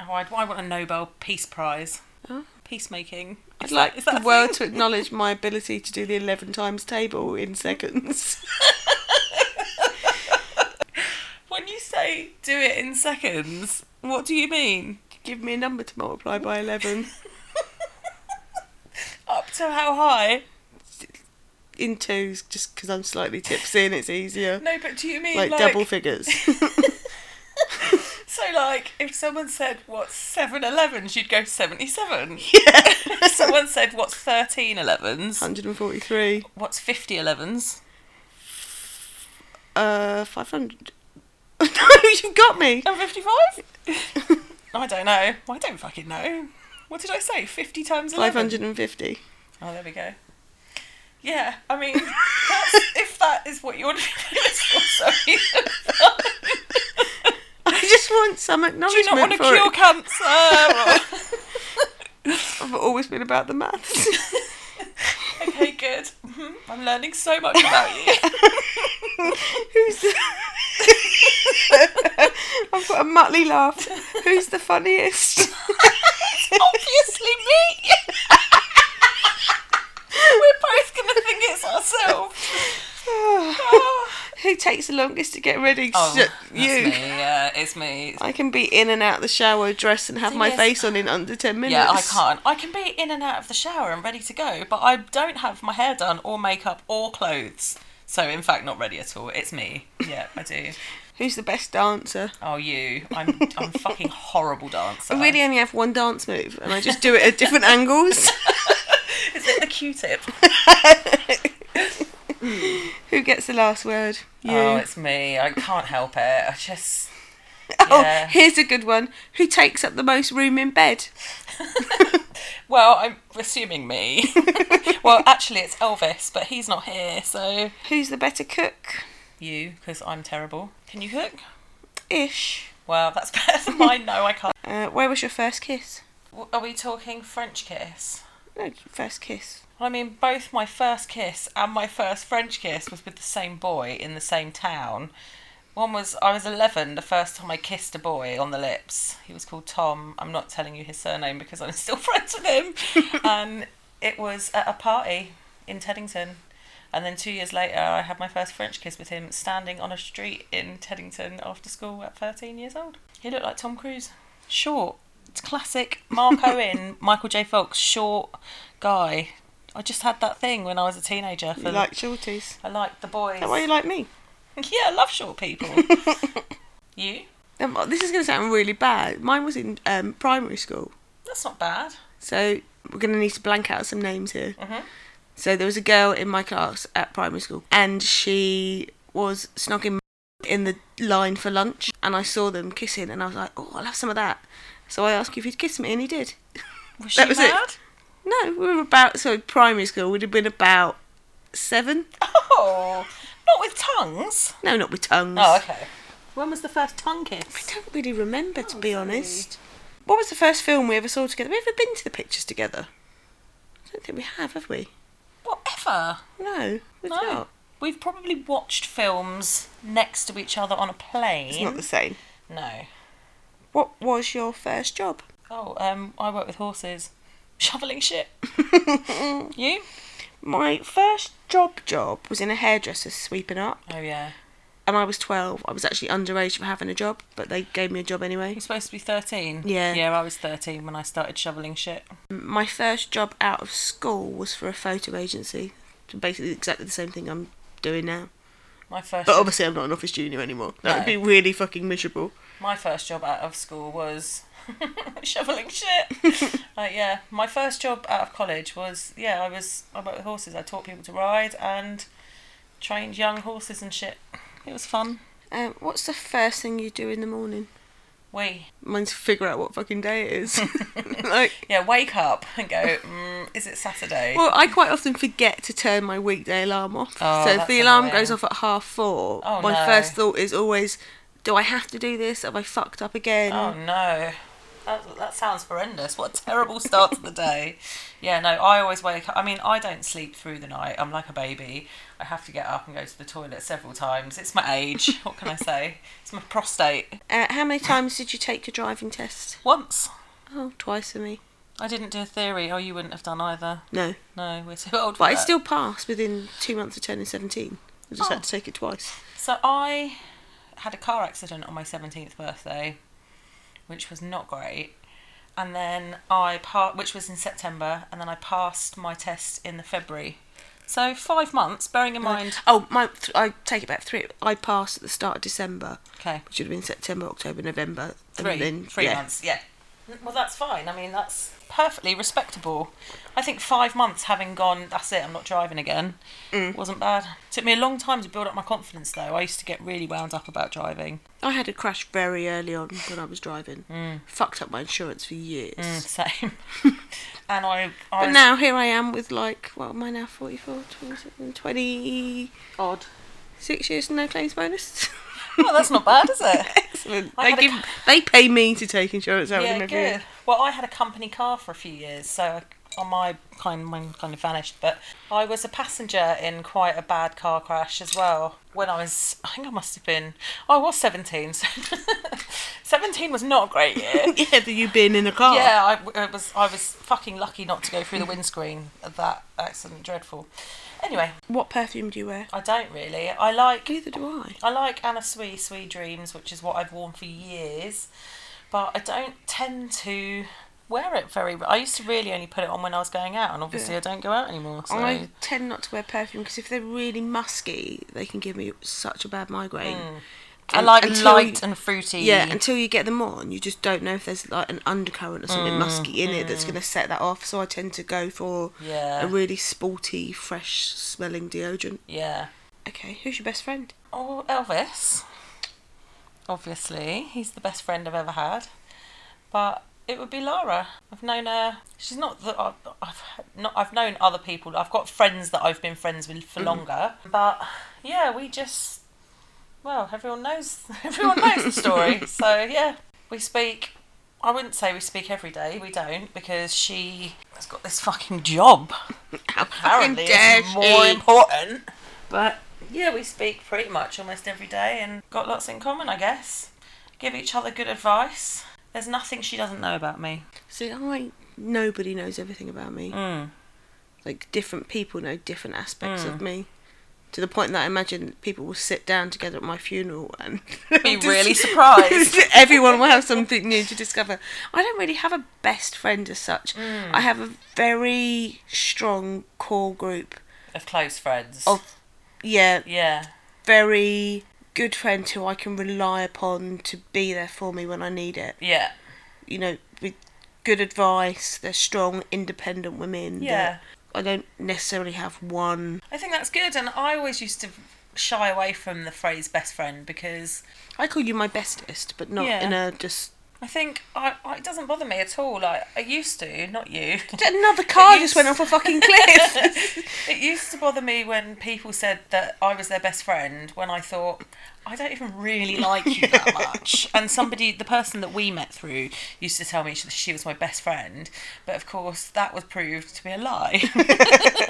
Oh, I'd, I want a Nobel Peace Prize. Oh. Peacemaking. I'd like is that the a world to thing? acknowledge my ability to do the 11 times table in seconds. When you say do it in seconds, what do you mean? Give me a number to multiply by 11 Up to how high? in twos just because I'm slightly tipsy and it's easier. No, but do you mean Like, like, double figures. So, like, if someone said what's seven elevens, you'd go seventy-seven. yeah. if someone said what's thirteen elevens, 143. what's fifty elevens? Uh, 500. no, you got me. Number 55? I don't know. I don't fucking know. What did I say? 50 times 11? 550. Oh, there we go. Yeah, I mean, that's, if that is what you want to be famous for, sorry. I just want some Do you acknowledgement not want to for cure cancer? it. I've always been about the maths. Or... okay, good. Mhm. I'm learning so much about you. Who's the... I've got a Muttley laugh. Who's the funniest? Obviously me! We're both going to think it's ourselves. Oh, Who takes the longest to get ready? that's Sh- me. you. Oh, Yeah, it's me. I can be in and out the shower, dress, and have Thing my is- face on in under ten minutes. Yeah, I can't. I can be in and out of the shower and ready to go, but I don't have my hair done or makeup or clothes. So, in fact, not ready at all. It's me. Yeah, I do. Who's the best dancer? Oh, you. I'm I'm fucking horrible dancer. I really only have one dance move, and I just do it at different angles. Is it the Q-tip? Who gets the last word? You. Oh, it's me. I can't help it. I just. Oh, yeah. here's a good one. Who takes up the most room in bed? Well, I'm assuming me. well, actually, it's Elvis, but he's not here, so Who's the better cook? you, because I'm terrible. Can you cook? Ish. Well, that's better than mine. No, I can't. Uh, where was your first kiss? W- Are we talking French kiss? No, first kiss. I mean, both my first kiss and my first French kiss was with the same boy in the same town. One was I was 11 the first time I kissed a boy on the lips. He was called Tom. I'm not telling you his surname because I'm still friends with him. and it was at a party in Teddington. And then two years later, I had my first French kiss with him standing on a street in Teddington after school at 13 years old. He looked like Tom Cruise. Short. It's classic Mark Owen, Michael J. Fox, short guy. I just had that thing when I was a teenager. For You like shorties. I liked the boys. That why you like me? yeah, I love short people. you? Um, this is going to sound really bad. Mine was in um, primary school, That's not bad. so we're going to need to blank out some names here. Mm-hmm. So there was a girl in my class at primary school, and she was snogging in the line for lunch, and I saw them kissing, and I was like, "Oh, I'll have some of that." So I asked if he'd kiss me, and he did. Was That she was it. mad? No, we were about so primary school. We'd have been about seven. Oh, not with tongues. No, not with tongues. Oh, okay. When was the first tongue I kiss? don't really remember, to Oh, be honest. What was the first film we ever saw together? We ever been to the pictures together? I don't think we have, have we? Whatever. No, we've No. not. We've probably watched films next to each other on a plane. It's not the same. No. What was your first job? Oh, um, I work with horses. Shoveling shit. you? My first job job was in a hairdresser sweeping up, Oh yeah. and I was 12. I was actually underage for having a job, but they gave me a job anyway. You're supposed to be thirteen. Yeah. Yeah, I was thirteen when I started shoveling shit. My first job out of school was for a photo agency. Basically, exactly the same thing I'm doing now. My first But obviously, I'm not an office junior anymore. That would No. be really fucking miserable. my first job out of school was shoveling shit. like yeah, my first job out of college was yeah, I was I worked with horses. I taught people to ride and trained young horses and shit. It was fun. Um, what's the first thing you do in the morning? We Mine's figure out what fucking day it is. like, yeah, wake up and go. Mm, is it Saturday? well, I quite often forget to turn my weekday alarm off. Oh, so if that's the alarm annoying. goes off at half four, Oh, my no. first thought is always, do I have to do this? Have I fucked up again? Oh no. That, that sounds horrendous. What a terrible start to the day. Yeah, no, I always wake up. I mean, I don't sleep through the night. I'm like a baby. I have to get up and go to the toilet several times. It's my age. What can I say? It's my prostate. Uh, how many times did you take your driving test? Once. Oh, twice for me. I didn't do a theory. Oh, you wouldn't have done either. No. No, we're too old for But I that. still passed within two months of turning 17. I just Oh. had to take it twice. So I had a car accident on my 17th birthday, which was not great. And then I part, which was in September, and then I passed my test in the February. So five months, bearing in mind. Oh, my! Th- I take it back three. I passed at the start of December, Okay, which would have been September, October, November. three, and then, three yeah. months, yeah. Well, that's fine. I mean, that's perfectly respectable. I think five months having gone, that's it, I'm not driving again, Mm. wasn't bad. Took me a long time to build up my confidence, though. I used to get really wound up about driving. I had a crash very early on when I was driving. Mm. Fucked up my insurance for years. Same. and I, I But now here I am with like, what am I now, 44, 27, 26 odd. years no claims bonus. Well, that's not bad, is it? Excellent. I They, had a give, ca- they pay me to take insurance out of them yeah, every good. year. Well, I had a company car for a few years, so I- on my kind mine kind of vanished. But I was a passenger in quite a bad car crash as well. When I was, I think I must have been, oh, I was seventeen. So seventeen was not a great year. Yeah, for you being in a car. Yeah, I w- it was. I was fucking lucky not to go through the windscreen of that accident. Dreadful. Anyway, What perfume do you wear? I don't really. I like Neither do I. I like Anna Sui Sui Dreams, which is what I've worn for years, but I don't tend to wear it very. I used to really only put it on when I was going out, and obviously Yeah. I don't go out anymore. So I tend not to wear perfume because if they're really musky, they can give me such a bad migraine. Hmm. I And like until you- light and fruity. Yeah, until you get them on, you just don't know if there's like an undercurrent or Mm, something musky in it that's going to set that off. So I tend to go for Yeah. a really sporty, fresh smelling deodorant. yeah. Okay, who's your best friend? Oh, Elvis. Obviously, he's the best friend I've ever had. But it would be Lara. I've known her. She's not that I've, I've not. I've known other people. I've got friends that I've been friends with for longer. But yeah, we just. Well, everyone knows. Everyone knows the story. So yeah, we speak. I wouldn't say we speak every day. We don't because she has got this fucking job How fucking apparently dare it's more she? important. E. But yeah, we speak pretty much almost every day and got lots in common, I guess. Give each other good advice. There's nothing she doesn't know about me. See, I nobody knows everything about me. Mm. Like different people know different aspects of me. To the point that I imagine people will sit down together at my funeral and Be really surprised. Everyone will have something new to discover. I don't really have a best friend as such. Mm. I have a very strong core group Of close friends. of yeah, yeah. very good friends who I can rely upon to be there for me when I need it. Yeah. you know, with good advice. They're strong, independent women. Yeah. that I don't necessarily have one. I think that's good. And I always used to shy away from the phrase best friend because I call you my bestest, but not Yeah. in a just. I think I, I, it doesn't bother me at all. Like, I used to, not you. Another car It just used- went off a fucking cliff. it used to bother me when people said that I was their best friend when I thought I don't even really like you that much. and somebody, the person that we met through, used to tell me she, she was my best friend, but of course that was proved to be a lie.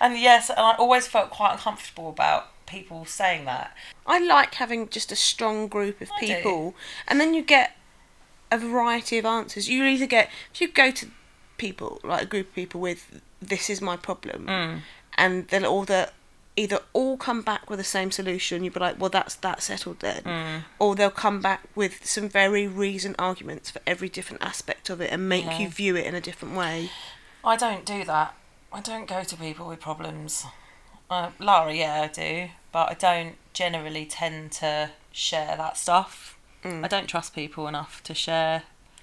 and yes, and I always felt quite uncomfortable about people saying that. I like having just a strong group of I do. people, and then you get a variety of answers. You either get if you go to people like a group of people with "this is my problem," Mm. and they'll all the either all come back with the same solution. You'll be like, "Well, that's that settled then," Mm. or they'll come back with some very reasoned arguments for every different aspect of it and make Yeah. you view it in a different way. I don't do that. I don't go to people with problems. Uh, Lara, yeah, I do, but I don't generally tend to share that stuff. Mm. I don't trust people enough to share.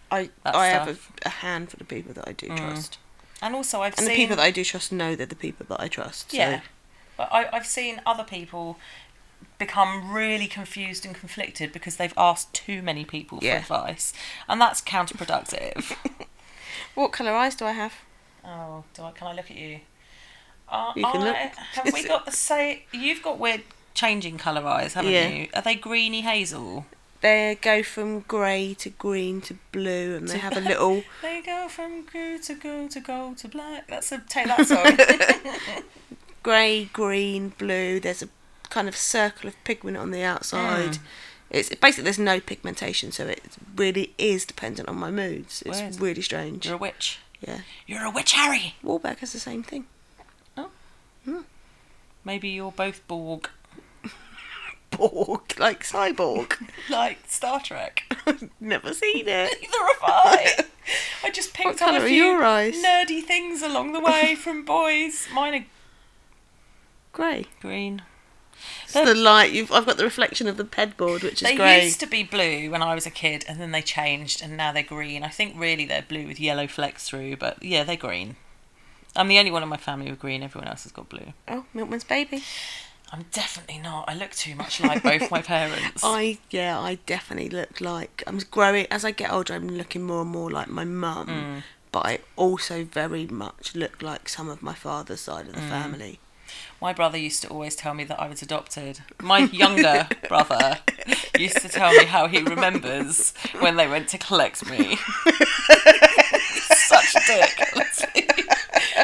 I That I have a, a handful of people that I Mm. do trust, And also, I've and seen the people that I do trust know they're the people that I trust. so- yeah, but I, I've seen other people become really confused and conflicted because they've asked too many people Yeah. for advice, and that's counterproductive. What colour eyes do I have? oh, do I? Can I look at you? Uh, You can I, look. Have we got the same? You've got weird changing colour eyes, haven't Yeah. you? Are they greeny hazel? They go from grey to green to blue, and they have a little. They go from blue to gold to gold to black. That's a take that song. grey, green, blue. There's a kind of circle of pigment on the outside. It's basically there's no pigmentation, so it really is dependent on my moods. It's Weird. really strange. You're a witch. Yeah, You're a witch, Harry. Warbeck has the same thing. Maybe you're both Borg, Borg, like cyborg. like Star Trek. Never seen it. Neither have I. I just picked What up colour a are few your eyes? nerdy things along the way from boys. Mine are Grey. green. It's the light. You've, I've got the reflection of the ped board, which is They great. used to be blue when I was a kid, and then they changed, and now they're green. I think really they're blue with yellow flecks through, but yeah, they're green. I'm the only one in my family with green. Everyone else has got blue. Oh, Milkman's baby. I'm definitely not. I look too much like both my parents. I yeah, I definitely look like I'm growing as I get older. I'm looking more and more like my mum, Mm. but I also very much look like some of my father's side of the Mm. family. My brother used to always tell me that I was adopted. My younger brother used to tell me how he remembers when they went to collect me. Such a dick. honestly.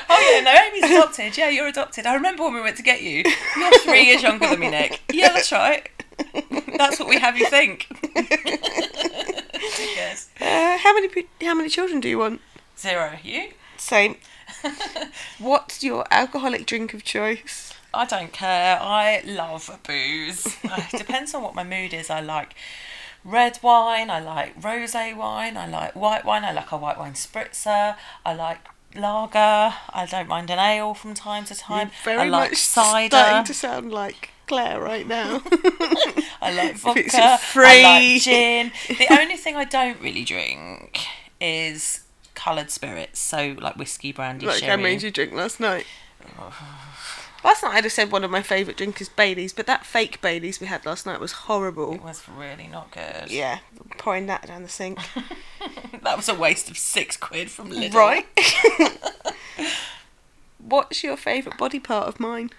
Oh yeah, no, Amy's adopted. Yeah, you're adopted. I remember when we went to get you. You're three years younger than me, Nick. Yeah, that's right. That's what we have you think. yes. Uh, how many pe- how many children do you want? Zero. You? Same. What's your alcoholic drink of choice? I don't care. I love booze. Uh, depends on what my mood is. I like red wine. I like rosé wine. I like white wine. I like a white wine spritzer. I like lager. I don't mind an ale from time to time. Very I like much cider. starting to sound like Claire right now. I like If it's vodka. I free. like gin. The only thing I don't really drink is coloured spirits. So like whiskey, brandy, like sherry. I made you drink last night. Last night I'd have said one of my favourite drink is Bailey's, but that fake Bailey's we had last night was horrible. It was really not good. Yeah, pouring that down the sink. That was a waste of six quid from Lidl. right. What's your favourite body part of mine?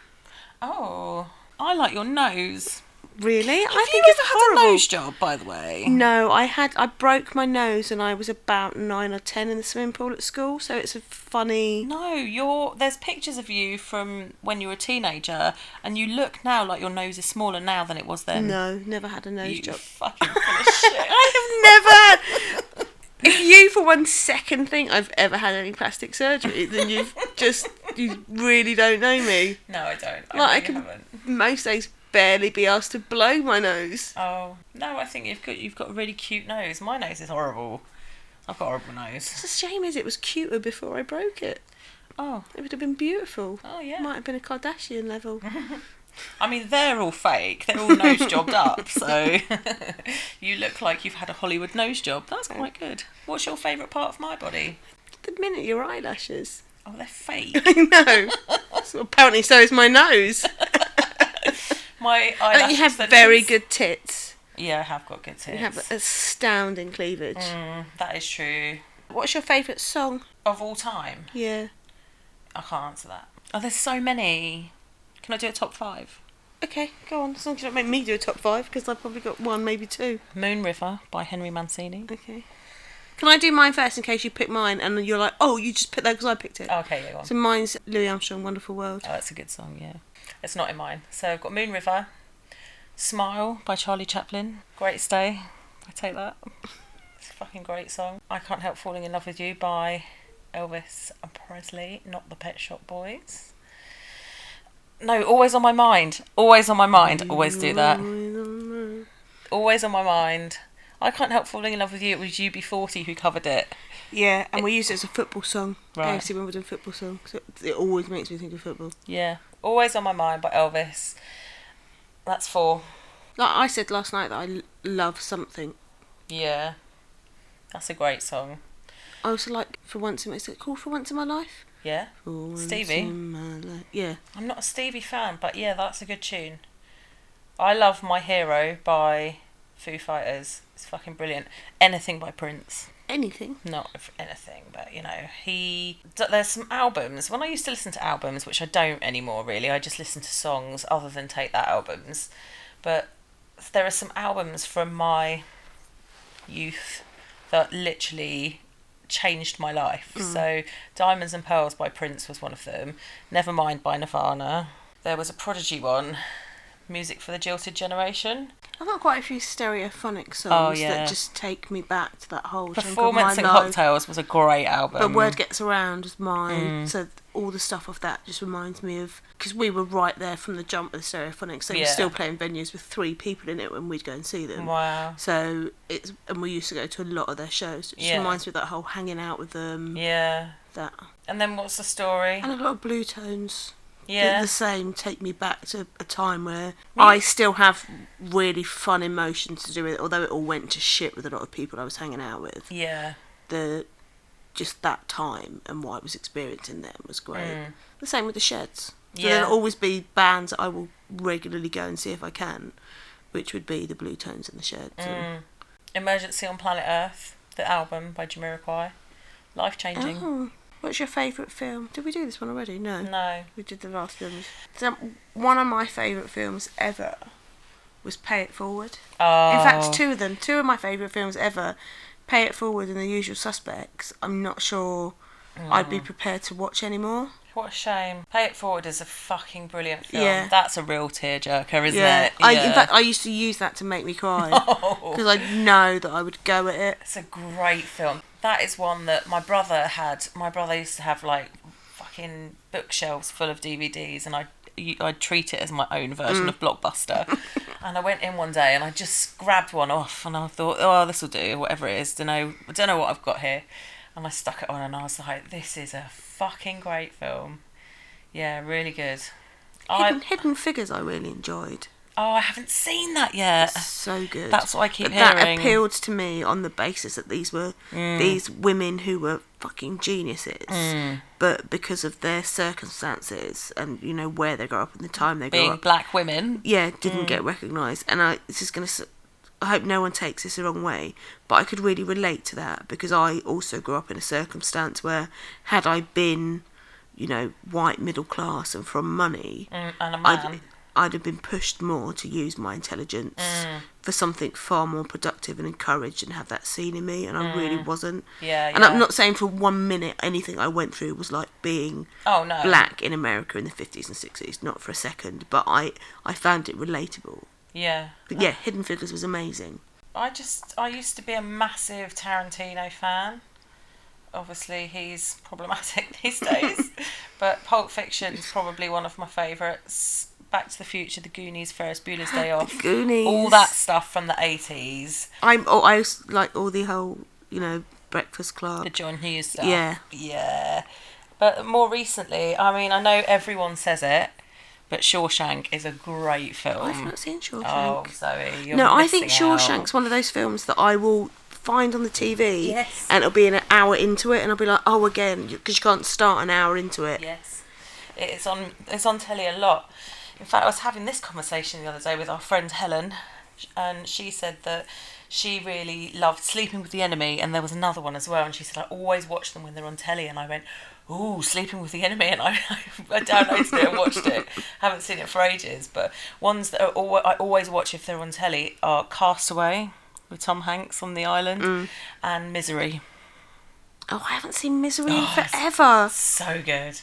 Oh, I like your nose. Really? I Have think you it's ever horrible. Had a nose job, by the way. No, I had I broke my nose and I was about nine or ten in the swimming pool at school, so it's a funny. No, you're there's pictures of you from when you were a teenager, and you look now like your nose is smaller now than it was then. No, never had a nose you job. fucking full of shit. I have never. If you for one second think I've ever had any plastic surgery, then you've just you really don't know me. No, I don't. I, Like I really can haven't. most days barely be asked to blow my nose. Oh no, I think you've got you've got a really cute nose. My nose is horrible. I've got a horrible nose. It's a shame, is it was cuter before I broke it. Oh, It would have been beautiful. oh yeah. Might have been a Kardashian level. I mean, they're all fake. They're all nose jobbed up. So you look like you've had a Hollywood nose job. That's quite good. What's your favourite part of my body? the minute your eyelashes. Oh, they're fake. I know. so apparently, so is my nose. My And eyelashes. Uh, you have that very is- good tits. Yeah, I have got good tits. You have astounding cleavage. Mm, that is true. What's your favourite song? Of all time, Yeah. I can't answer that. Oh, there's so many. Can I do a top five? Okay, go on. As long as you don't make me do a top five, because I've probably got one, maybe two. Moon River by Henry Mancini. Okay. Can I do mine first in case you pick mine and you're like, oh, you just picked that because I picked it? Oh, okay, yeah, go on. So mine's Louis Armstrong, Wonderful World. Oh, that's a good song, yeah. It's not in mine. So I've got Moon River, Smile by Charlie Chaplin, Greatest Day. I take that. It's a fucking great song. I Can't Help Falling in Love with You by Elvis Presley, not the Pet Shop Boys. No, always on my mind. Always on my mind. Always do that. Always on my mind. I Can't Help Falling in Love with You. It was UB40 who covered it. Yeah, and we use it as a football song. Eh, Right. AFC Wimbledon football song. So it always makes me think of football. Yeah. Always on my mind by Elvis. That's four. Like I said last night that I l- love something. Yeah. That's a great song. I also like For Once in My Is it called For Once in My Life? Yeah. For Once Stevie. in My Life. Yeah. I'm not a Stevie fan, but yeah, that's a good tune. I love My Hero by Foo Fighters. It's fucking brilliant. Anything by Prince. Anything. Not if anything, but you know, he. d- There's some albums. When I used to listen to albums, which I don't anymore really, I just listen to songs other than take that albums. But there are some albums from my youth that literally changed my life. Mm. So Diamonds and Pearls by Prince was one of them. Nevermind by Nirvana. There was a Prodigy one, Music for the Jilted Generation. I've got quite a few stereophonic songs Oh, yeah. that just take me back to that whole chunk of Performance mm. and my life. Cocktails was a great album. But Word Gets Around is mine, Mm. so all the stuff of that just reminds me of because we were right there from the jump of the stereophonics. They were Yeah. still playing venues with three people in it when we'd go and see them. Wow. So it's and we used to go to a lot of their shows. It just Yeah. reminds me of that whole hanging out with them, Yeah. that And then what's the story? and a lot of blue tones. Yeah. the same take me back to a time where I still have really fun emotions to do with it, although it all went to shit with a lot of people I was hanging out with. Yeah. The just that time and what I was experiencing then was great. The same with the sheds. So Mm. Yeah. there'll always be bands that I will regularly go and see if I can, which would be the Blue Tones and the Sheds. Mm. and- Emergency on Planet Earth, the album by Jamiroquai. Life changing. Oh, what's your favourite film? Did we do this one already? No. No. We did the last film. So one of my favourite films ever was Pay It Forward. Oh. In fact, two of them, two of my favourite films ever, Pay It Forward and The Usual Suspects. I'm not sure I'd Mm. be prepared to watch anymore. What a shame. Pay It Forward is a fucking brilliant film. Yeah. That's a real tearjerker, isn't it? I, in fact, I used to use that to make me cry Oh. because I know that I would go at it. It's a great film. That is one that my brother had. My brother used to have like fucking bookshelves full of DVDs, and I I'd treat it as my own version Mm. of Blockbuster. and I went in one day and I just grabbed one off, and I thought, oh, this will do, whatever it is. Don't know, I don't know what I've got here. And I stuck it on, and I was like, this is a fucking great film. Yeah, really good. I Hidden, Hidden Figures, I really enjoyed. oh, I haven't seen that yet. so good. Uh, That's what I keep But That hearing. Mm. appealed to me on the basis that these were these women who were fucking geniuses, Mm. but because of their circumstances and you know where they grew up and the time they grew Being up, black Mm. women. yeah, didn't get recognised. And I this is gonna. s- I hope no one takes this the wrong way, but I could really relate to that because I also grew up in a circumstance where, had I been, you know, white middle class and from money, mm, and a man. I'd, I'd have been pushed more to use my intelligence Mm. for something far more productive and encouraged and have that seen in me, and I really wasn't. Mm. Yeah, And I'm yeah. not saying for one minute anything I went through was like being Oh, no. black in America in the 50s and 60s, not for a second, but I, I found it relatable. yeah. But yeah, Hidden Figures was amazing. I just I used to be a massive Tarantino fan. Obviously, he's problematic these days, but Pulp Fiction is probably one of my favourites. Back to the Future, The Goonies, Ferris Bueller's Day Off, Goonies. all that stuff from the eighties, I'm, oh, I s- like all the whole, you know, Breakfast Club. the John Hughes stuff. Yeah. yeah. But more recently, I mean, I know everyone says it, but Shawshank is a great I've film. not seen Oh, Shawshank. Zoe, you're No, I think missing out. Shawshank's one of those films that I will find on the TV. Yes. And it'll be an hour into it, and I'll be like, oh, again, because you can't start an hour into it. Yes, it's on it's on telly a lot. In fact, I was having this conversation the other day with our friend Helen, and she said that she really loved Sleeping with the Enemy, and there was another one as well. And she said I always watch them when they're on telly, and I went, "Ooh, Sleeping with the Enemy," and I, I downloaded it and watched it. Haven't seen it for ages, but ones that are al- I always watch if they're on telly are Castaway with Tom Hanks on the island, and Misery. Oh, I haven't seen Misery Oh, in forever. so good.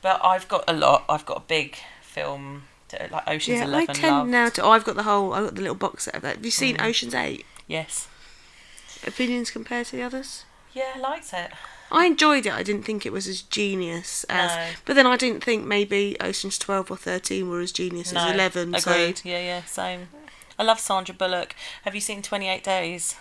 But I've got a lot. I've got a big film, like Ocean's Yeah, I Eleven. Mm. tend love. now to. Oh, I've got the whole. I've got the little box set of that. Have you seen Ocean's Eight? Yes. Opinions compared to the others? Yeah, I liked it. I enjoyed it. I didn't think it was as genius as. No. But then I didn't think maybe Ocean's 12 or 13 were as genius No, as 11. so- Agreed. Yeah, yeah, same. I love Sandra Bullock. Have you seen Twenty Eight Days?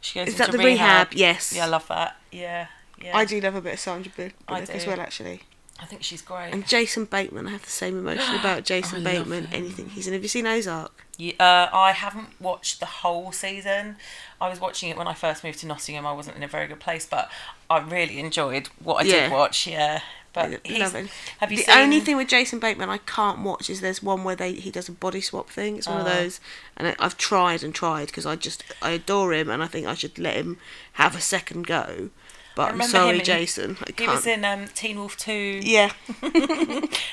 She goes Is into that the rehab? Yes. Yeah, I love that. Yeah, yeah. I do love a bit of Sandra Bullock I as do. well, actually. I think she's great. And Jason Bateman, I have the same emotion about Jason Oh, I love Bateman. him. Anything he's in. Have you seen Ozark? Yeah, uh, I haven't watched the whole season. I was watching it when I first moved to Nottingham. I wasn't in a very good place, but I really enjoyed what I Yeah. did watch. Yeah, but I Uh, he's, love him. have you the seen only thing with Jason Bateman I can't watch is there's one where they he does a body swap thing. It's one Oh. of those, and I, I've tried and tried because I just I adore him and I think I should let him have a second go. But I'm remember sorry, him. He- Jason. I can't. He was in um, Teen Wolf 2. yeah,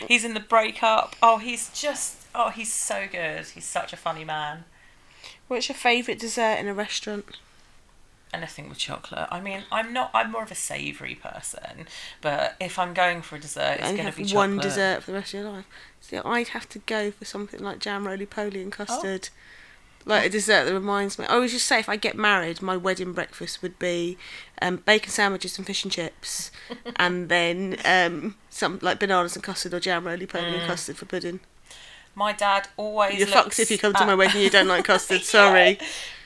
He's in The Breakup. Oh, he's just, oh, he's so good. He's such a funny man. what's your favourite dessert in a restaurant? Anything with chocolate. I mean, I'm not, I'm more of a savoury person, but if I'm going for a dessert, it's going and to have be chocolate. one dessert for the rest of your life. So I'd have to go for something like jam, roly poly, Oh. and custard. Like a dessert that reminds me. I always just say if I get married, my wedding breakfast would be um, bacon sandwiches and fish and chips, and then um, some like bananas and custard or jam, roly poly, Mm. and custard for pudding. My dad always You're looks fucked if you come to at- my wedding. You don't like custard. Yeah. Sorry.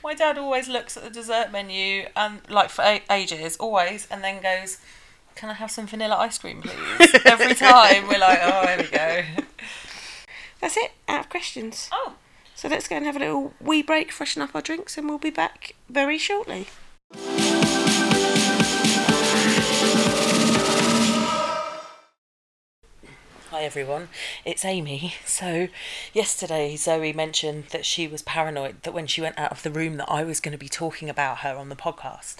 My um, dad always looks at the dessert menu and like for a- ages, always, and then goes, Can I have some vanilla ice cream, please? Every time we're like, oh, here we go. That's it. Out of questions. Oh, So let's go and have a little wee break, freshen up our drinks, and we'll be back very shortly. Hi everyone, it's Amy. So, yesterday Zoe mentioned that she was paranoid that when she went out of the room that I was going to be talking about her on the podcast.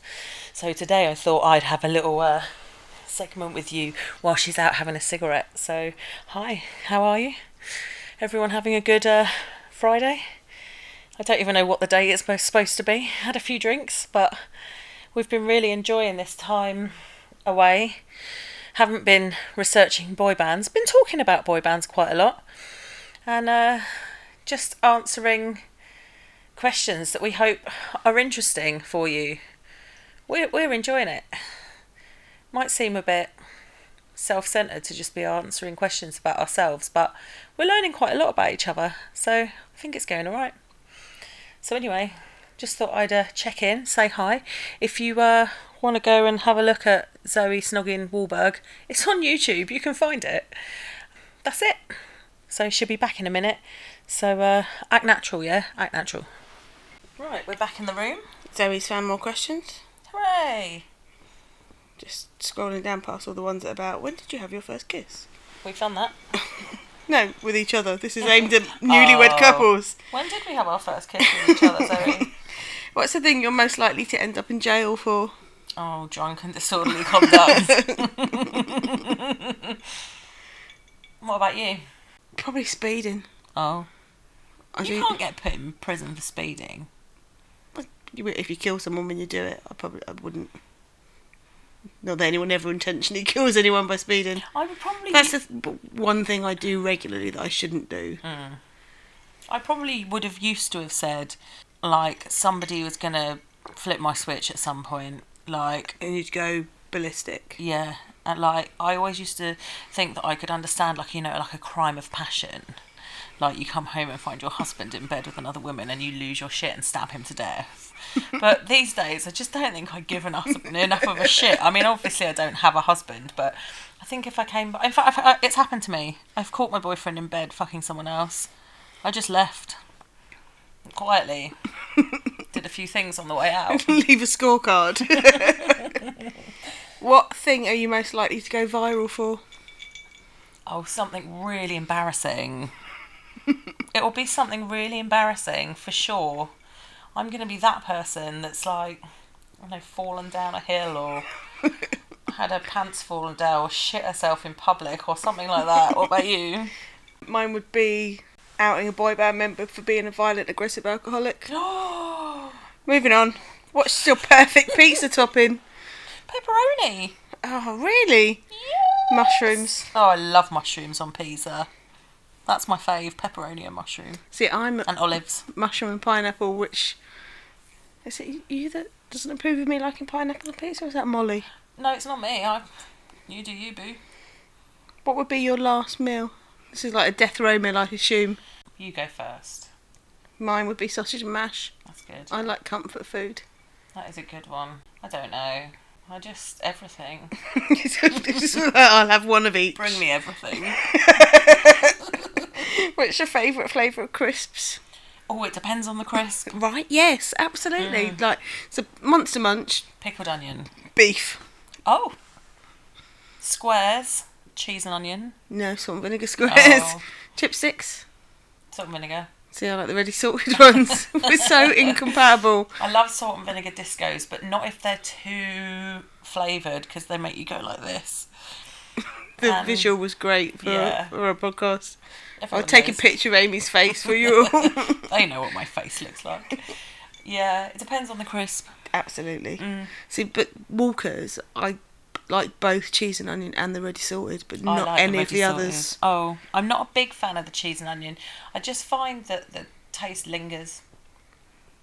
So today I thought I'd have a little uh, segment with you while she's out having a cigarette. So, hi, how are you? Everyone having a good uh, Friday? I don't even know what the day it's supposed- supposed to be. Had a few drinks, but we've been really enjoying this time away haven't been researching boy bands, been talking about boy bands quite a lot, and uh, just answering questions that we hope are interesting for you. We're, we're enjoying it. Might seem a bit self centered to just be answering questions about ourselves, but we're learning quite a lot about each other, so I think it's going all right. So, anyway, just thought I'd uh, check in, say hi. If you uh, want to go and have a look at Zoe Snoggin Wahlberg, it's on YouTube, you can find it. That's it. So, she'll be back in a minute. So, uh, act natural, yeah? Act natural. Right, we're back in the room. Zoe's found more questions. Hooray! Just scrolling down past all the ones that are about when did you have your first kiss? We've done that. No, with each other. This is aimed at newlywed Oh. couples. When did we have our first kiss with each other, Zoe? What's the thing you're most likely to end up in jail for? Oh, drunk and disorderly conduct. what about you? Probably speeding. Oh. I You do- can't get put in prison for speeding. You- If you kill someone when you do it, I probably I wouldn't. Not that anyone ever intentionally kills anyone by speeding. I would probably, That's the th- b- one thing I do regularly that I shouldn't do. Mm. I probably would have used to have said, like somebody was gonna flip my switch at some point. Like, And you'd go ballistic. yeah, and like I always used to think that I could understand, like you know, like a crime of passion. Like you come home and find your husband in bed with another woman, and you lose your shit and stab him to death. But these days, I just don't think I've given us enough of a shit. I mean, obviously, I don't have a husband, but I think if I came, in fact, I've, it's happened to me. I've caught my boyfriend in bed fucking someone else. I just left quietly. Did a few things on the way out. Leave a scorecard. what thing are you most likely to go viral for? Oh, something really embarrassing. it will be something really embarrassing for sure. I'm going to be that person that's like, I don't know, fallen down a hill or had her pants fallen down or shit herself in public or something like that. What about you? Mine would be outing a boy band member for being a violent, aggressive alcoholic. Moving on. What's your perfect pizza topping? Pepperoni. Oh, really? Mushrooms. Oh, I love mushrooms on pizza. That's my fave, pepperoni and mushroom. See, I'm And olives. mushroom and pineapple, which is it you that doesn't approve of me liking pineapple on pizza, or is that Molly? No, it's not me. I, you do you, boo. What would be your last meal? This is like a death row meal, I assume. You go first. Mine would be sausage and mash. That's good. I like comfort food. That is a good one. I don't know. I just everything. It's like, I'll have one of each. Bring me everything. What's your favourite flavour of crisps? oh, it depends on the crisp. Right, yes, absolutely. Mm. Like, so Monster Munch, Pickled onion. beef. Oh. Squares. Cheese and onion. No, salt and vinegar squares. Oh. Chipsticks. Salt and vinegar. See, I like the ready salted ones. We're so incomparable. I love salt and vinegar discos, but not if they're too flavoured because they make you go like this. The Um, visual was great for, yeah. for a podcast. I'll Everyone take a knows. picture of Amy's face for you all. They know what my face looks like. Yeah, it depends on the crisp. Absolutely. Mm. See, but Walkers, I like both cheese and onion and the ready salted, but I not like any of ready the salted. others. Oh, I'm not a big fan of the cheese and onion. I just find that the taste lingers.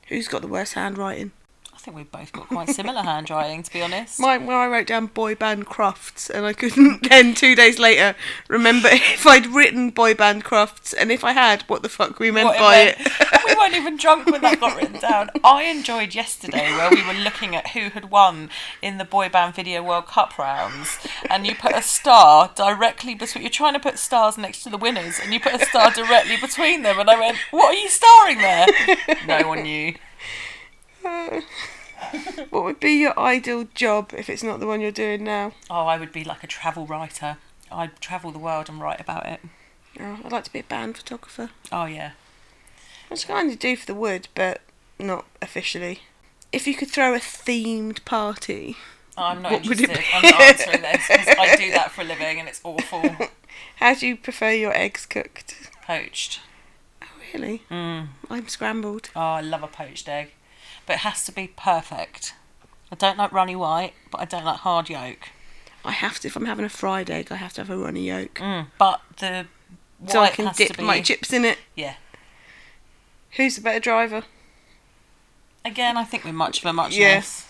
Who's got the worst handwriting? I think we've both got quite similar handwriting, to be honest. My, where I wrote down boy band crafts, and I couldn't then two days later remember if I'd written boy band crafts, and if I had, what the fuck we meant What by it it. meant. we weren't even drunk when that got written down. I enjoyed yesterday where we were looking at who had won in the boy band video World Cup rounds, and you put a star directly between. You're trying to put stars next to the winners, and you put a star directly between them. And I went, "What are you starring there?" No one knew. What would be your ideal job if it's not the one you're doing now? Oh, I would be like a travel writer. I'd travel the world and write about it. Oh, I'd like to be a band photographer. Oh yeah. Which I kind of do for the wood, but not officially. If you could throw a themed party, I'm not What would it interested. be? I'm not answering this because I do that for a living and it's awful. how do you prefer your eggs cooked? Poached. Oh, really? Hmm. I'm scrambled. Oh, I love a poached egg. But it has to be perfect. I don't like runny white, but I don't like hard yolk. I have to, if I'm having a fried egg, I have to have a runny yolk. But the Mm, white so I can has to dip be. my chips in it. Yeah. Who's the better driver? Again, I think we're much of a muchness. Yes.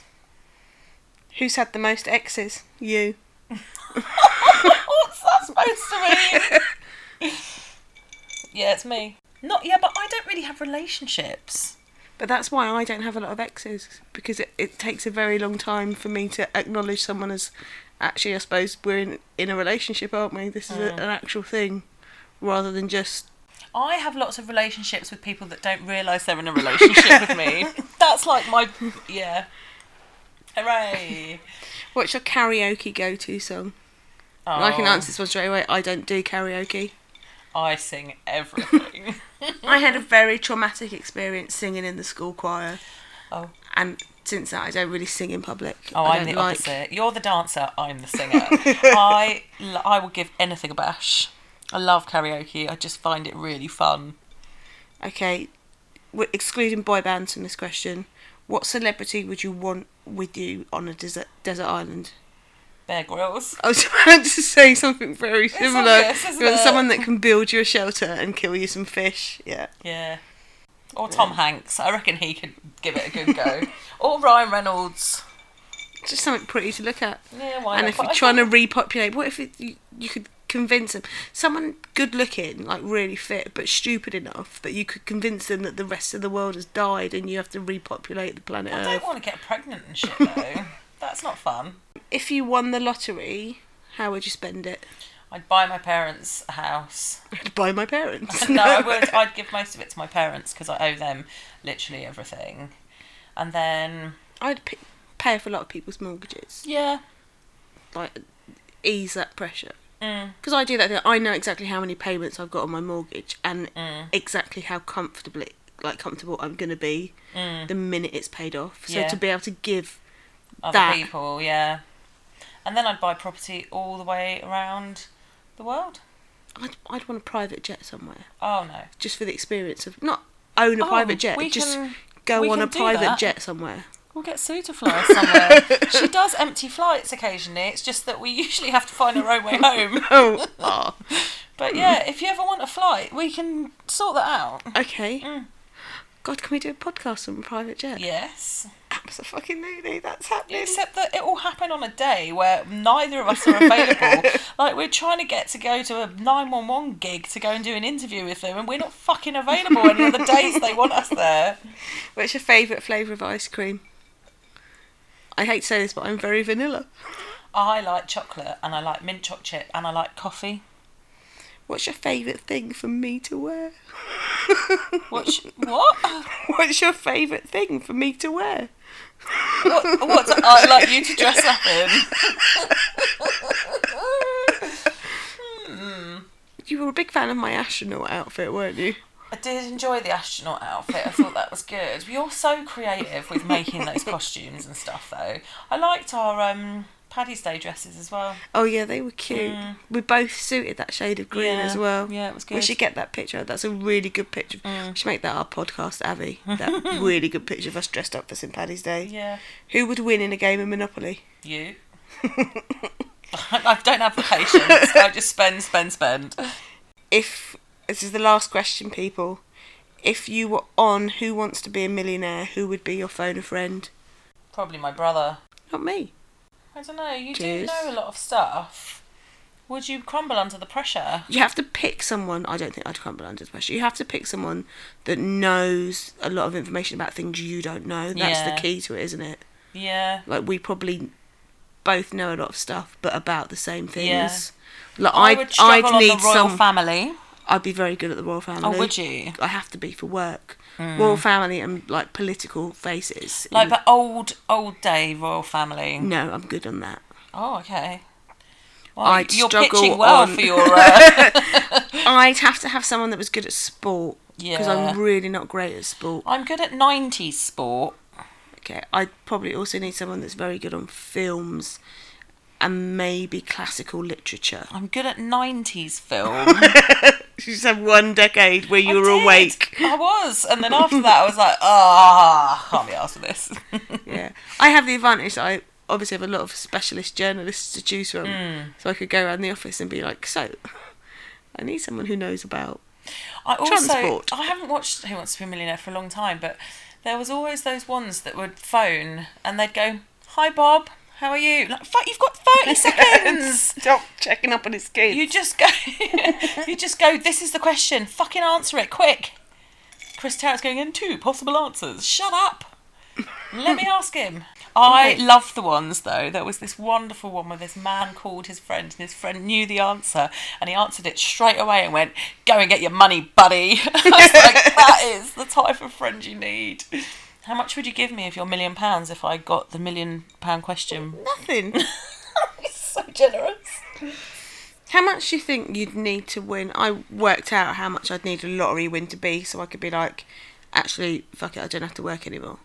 Who's had the most X's? You. What's that supposed to mean? yeah, it's me. Not yeah, but I don't really have relationships. But that's why I don't have a lot of X's because it, it takes a very long time for me to acknowledge someone as actually, I suppose, we're in, in a relationship, aren't we? This is Mm. a, an actual thing rather than just. I have lots of relationships with people that don't realise they're in a relationship with me. That's like my yeah. Hooray! What's your karaoke go to song? And I can Oh, answer this one straight away. I don't do karaoke. I sing everything. I had a very traumatic experience singing in the school choir, oh. and since that, I don't really sing in public. Oh, I I'm don't the like- opposite. You're the dancer. I'm the singer. I l- I would give anything a bash. I love karaoke. I just find it really fun. Okay, we're excluding boy bands from this question. What celebrity would you want with you on a desert desert island? Bear Grylls. I was about to say something very similar. obvious, isn't you want it? someone that can build you a shelter and kill you some fish. Yeah. Yeah. Or Tom Hanks. I reckon he could give it a good go. or Ryan Reynolds. Just something pretty to look at. Yeah, why and not? if But you're I trying to repopulate, what if it, you, you could convince them? Someone good looking, like really fit, but stupid enough that you could convince them that the rest of the world has died and you have to repopulate the planet I Earth. don't want to get pregnant and shit though. That's not fun. If you won the lottery, how would you spend it? I'd buy my parents a house. By my parents. no, I would. I'd give most of it to my parents because I owe them literally everything. And then, I'd p- pay for a lot of people's mortgages, yeah, like ease that pressure. Mm. Because I do that. Thing. I know exactly how many payments I've got on my mortgage and Mm. exactly how comfortably, like comfortable, I'm gonna be the minute it's paid off. So Mm. Yeah. to be able to give other That. people, yeah. And then I'd buy property all the way around the world. I'd, I'd want a private jet somewhere Oh no. just for the experience of not own a Oh, private jet, we just can- we go on can a do private that. jet somewhere. We'll get Sue to fly us somewhere. she does empty flights occasionally. It's just that we usually have to find our own way home. Oh, ah. But yeah, if you ever want a flight, we can sort that out. okay. Mm. God, can we do a podcast on a private jet? Yes. Absolutely, that's happening. Except that it will happen on a day where neither of us are available. like we're trying to get to go to a nine one one gig to go and do an interview with them, and we're not fucking available any of the days they want us there. What's your favourite flavour of ice cream? I hate to say this, but I'm very vanilla. I like chocolate, and I like mint choc chip, and I like coffee. What's your favourite thing for me to wear? What? sh- what? What's your favourite thing for me to wear? What? What? do I like you to dress up in. Hmm. You were a big fan of my astronaut outfit, weren't you? I did enjoy the astronaut outfit. I thought that was good. You're so creative with making those costumes and stuff, though. I liked our um, Paddy's Day dresses as well. Oh yeah, they were cute. We both suited that shade of green Hmm. Yeah, as well. yeah, it was We good. Hmm. should get that picture. That's a really good picture. We should make that our podcast, Abby. That really good picture of us dressed up for St Paddy's Day. Yeah. Who would win in a game of Monopoly? You. I don't have the patience. I just spend, spend, spend. if this is the last question, people, if you were on Who Wants to Be a Millionaire, who would be your phone a friend? Probably my brother. Not me. I don't know. You Cheers. do know a lot of stuff. Would you crumble under the pressure? You have to pick someone. I don't think I'd crumble under pressure. You have to pick someone that knows a lot of information about things you don't know. That's Yeah. the key to it, isn't it? Yeah. Like we probably both know a lot of stuff, but about the same Yeah. things. Like I I'd, would I'd struggle on need the royal some. family. I'd be very good at the royal family. Oh, would you? Hmm. I have to be for work. Royal family and like political faces. Like the old, old day royal family. no, I'm good on that. Oh, okay. Well, I'd you're struggle pitching well on- for your. Uh, I'd have to have someone that was good at sport because Yeah. I'm really not great at sport. I'm good at '90s sport. Okay, I'd probably also need someone that's very good on films and maybe classical literature. I'm good at '90s film. You just have one decade where you I were did. awake. I was, and then after that, I was like, ah, can't be asked for this. Yeah, I have the advantage. that I obviously have a lot of specialist journalists to choose from, so I could go around the office and be like, "So, I need someone who knows about." I also Transport. I haven't watched Who Wants to Be a Millionaire for a long time, but there was always those ones that would phone and they'd go, "Hi, Bob, how are you?" Like, "Fuck, you've got thirty seconds." Stop checking up on his kids. You just go. you just go. This is the question. Fucking answer it quick. Chris Tarrett's going in two possible answers. Shut up. Let me ask him. I Okay. love the ones though. There was this wonderful one where this man called his friend, and his friend knew the answer, and he answered it straight away and went, "Go and get your money, buddy." I was like, that is the type of friend you need. How much would you give me of your million pounds if I got the million pound question? nothing. He's so generous. How much do you think you'd need to win? I worked out how much I'd need a lottery win to be, so I could be like, actually, fuck it, I don't have to work anymore.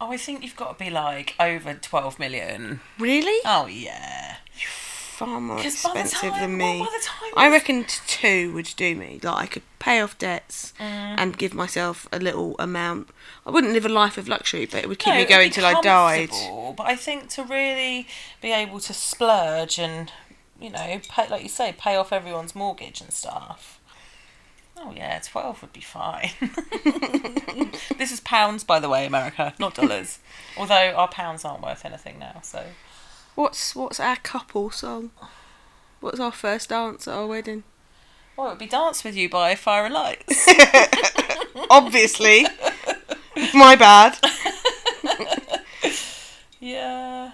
Oh, I think you've got to be like over 12 million. Really? Oh, yeah. Far more 'Cause by the expensive time- than well, me. by the time I it's- reckon t- two would do me. Like I could pay off debts Mm. and give myself a little amount. I wouldn't live a life of luxury, but it would keep No, me it'd going be till I died. comfortable, But I think to really be able to splurge and, you know, pay, like you say, pay off everyone's mortgage and stuff. Oh, yeah, 12 would be fine. this is pounds, by the way, America, not dollars. Although our pounds aren't worth anything now, so. What's what's our couple song? What's our first dance at our wedding? Well, it would be Dance With You by Fire and Lights. Obviously, my bad. yeah.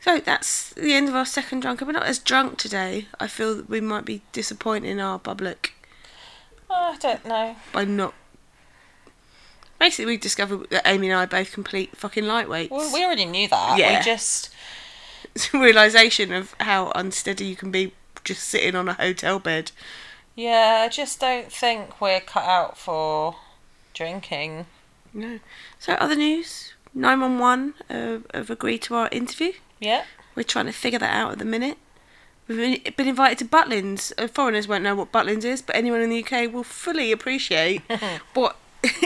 So that's the end of our second drunk. We're not as drunk today. I feel that we might be disappointing our public Oh, I don't know. by not. Basically, we discovered that Amy and I are both complete fucking lightweights. Well, we already knew that. Yeah. We just. It's a realization of how unsteady you can be just sitting on a hotel bed. Yeah, I just don't think we're cut out for drinking. No. So other news: nine one one have agreed to our interview. Yeah. We're trying to figure that out at the minute. We've been- been invited to Butlins. Uh, foreigners won't know what Butlins is, but anyone in the UK will fully appreciate what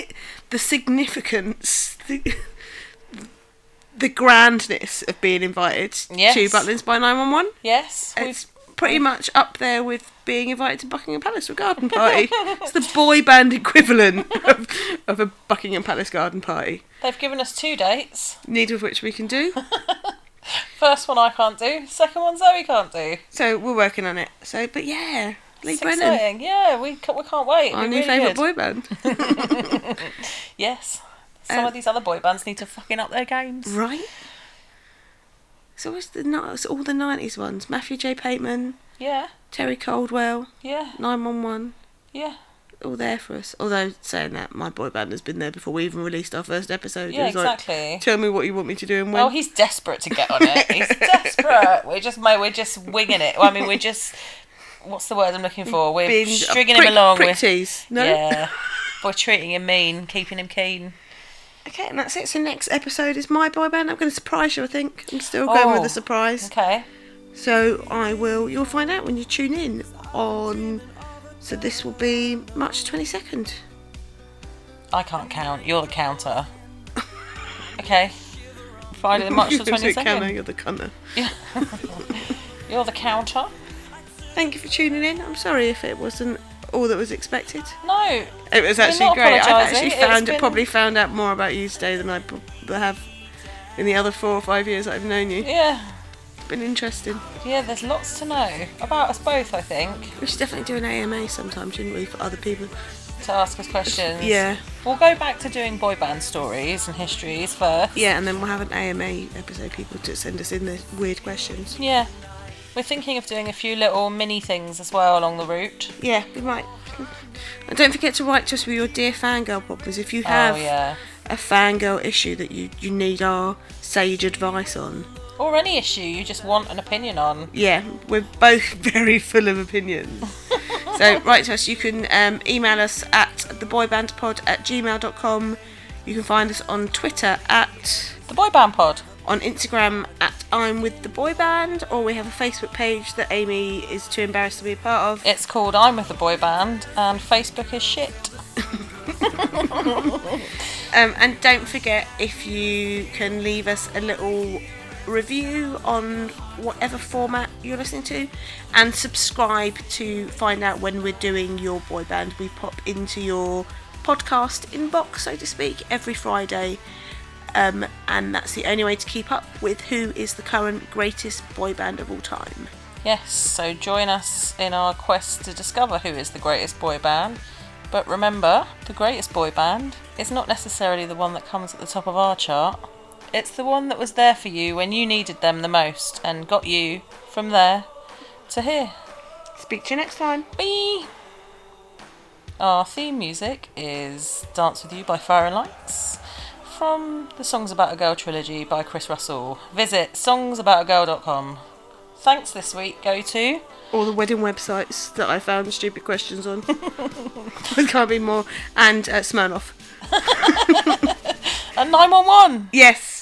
the significance, the, the grandness of being invited to Yes. Butlins by 911. Yes. We've, It's pretty much up there with being invited to Buckingham Palace for a garden party. it's the boy band equivalent of, of a Buckingham Palace garden party, they've given us two dates. neither of which we can do. First one I can't do. Second one Zoe can't do. So we're working on it. So, but yeah, Lee It's Brennan. exciting. Yeah, we ca- we can't wait. It'd Our be new really favourite good. boy band. Yes. Some Um, of these other boy bands need to fucking up their games. right? It's always the ni- it's all the nineties ones. Matthew J. Pateman, Yeah. Terry Caldwell, Yeah. Nine One One, Yeah. all there for us. Although saying that, my boy band has been there before we even released our first episode. It Yeah. was like, Exactly. Tell me what you want me to do and when. Oh, he's desperate to get on it. He's desperate. We're just ma- we're just winging it. I mean, we're just what's the word I'm looking for? We're Being a stringing prick- him along. prick with. tease, No. Yeah. By treating him mean, keeping him keen. Okay, and that's it. So next episode is my boy band. I'm going to surprise you. I think I'm still going with Oh. a surprise. Okay. So I will. You'll find out when you tune in on. So this will be March 22nd. I can't count. You're the counter. Okay. Friday, the March the Who's it, 22nd. Canna? You're the cunner. You're the counter. Thank you for tuning in. I'm sorry if it wasn't all that was expected. No. It was actually not great. I've apologising. actually It's found been- probably found out more about you today than I pro- have in the other four or five years that I've known you. Yeah, It's been interesting. yeah, there's lots to know about us both, I think, We should definitely do an AMA sometime, shouldn't we, for other people? to ask us questions. Yeah. We'll go back to doing boy band stories and histories first. Yeah, and then we'll have an AMA episode. People to send us in their weird questions. Yeah. We're thinking of doing a few little mini things as well along the route. Yeah, we might. And don't forget to write to us with your dear fangirl problems. If you have Oh, yeah. a fangirl issue that you, you need our sage advice on. Or any issue you just want an opinion on. Yeah, we're both very full of opinions. so write to us. You can um, email us at theboybandpod at gmail.com. You can find us on Twitter at The Boy Band Pod. on Instagram at I'm with the boy band, or we have a Facebook page that Amy is too embarrassed to be a part of. It's called I'm with the Boy Band, and Facebook is shit. Um, and don't forget if you can leave us a little review on whatever format you're listening to, and subscribe to find out when we're doing your boy band. We pop into your podcast inbox, so to speak, every Friday. Um, and that's the only way to keep up with who is the current greatest boy band of all time. Yes, so join us in our quest to discover who is the greatest boy band. But remember, the greatest boy band is not necessarily the one that comes at the top of our chart. It's the one that was there for you when you needed them the most and got you from there to here. Speak to you next time. Whee! Our theme music is Dance With You by Fire and Lights from the Songs About a Girl trilogy by Chris Russell. Visit songsaboutagirl.com. Thanks this week go to all the wedding websites that I found stupid questions on. there can't be more. And uh, Smirnoff. and 911! Yes.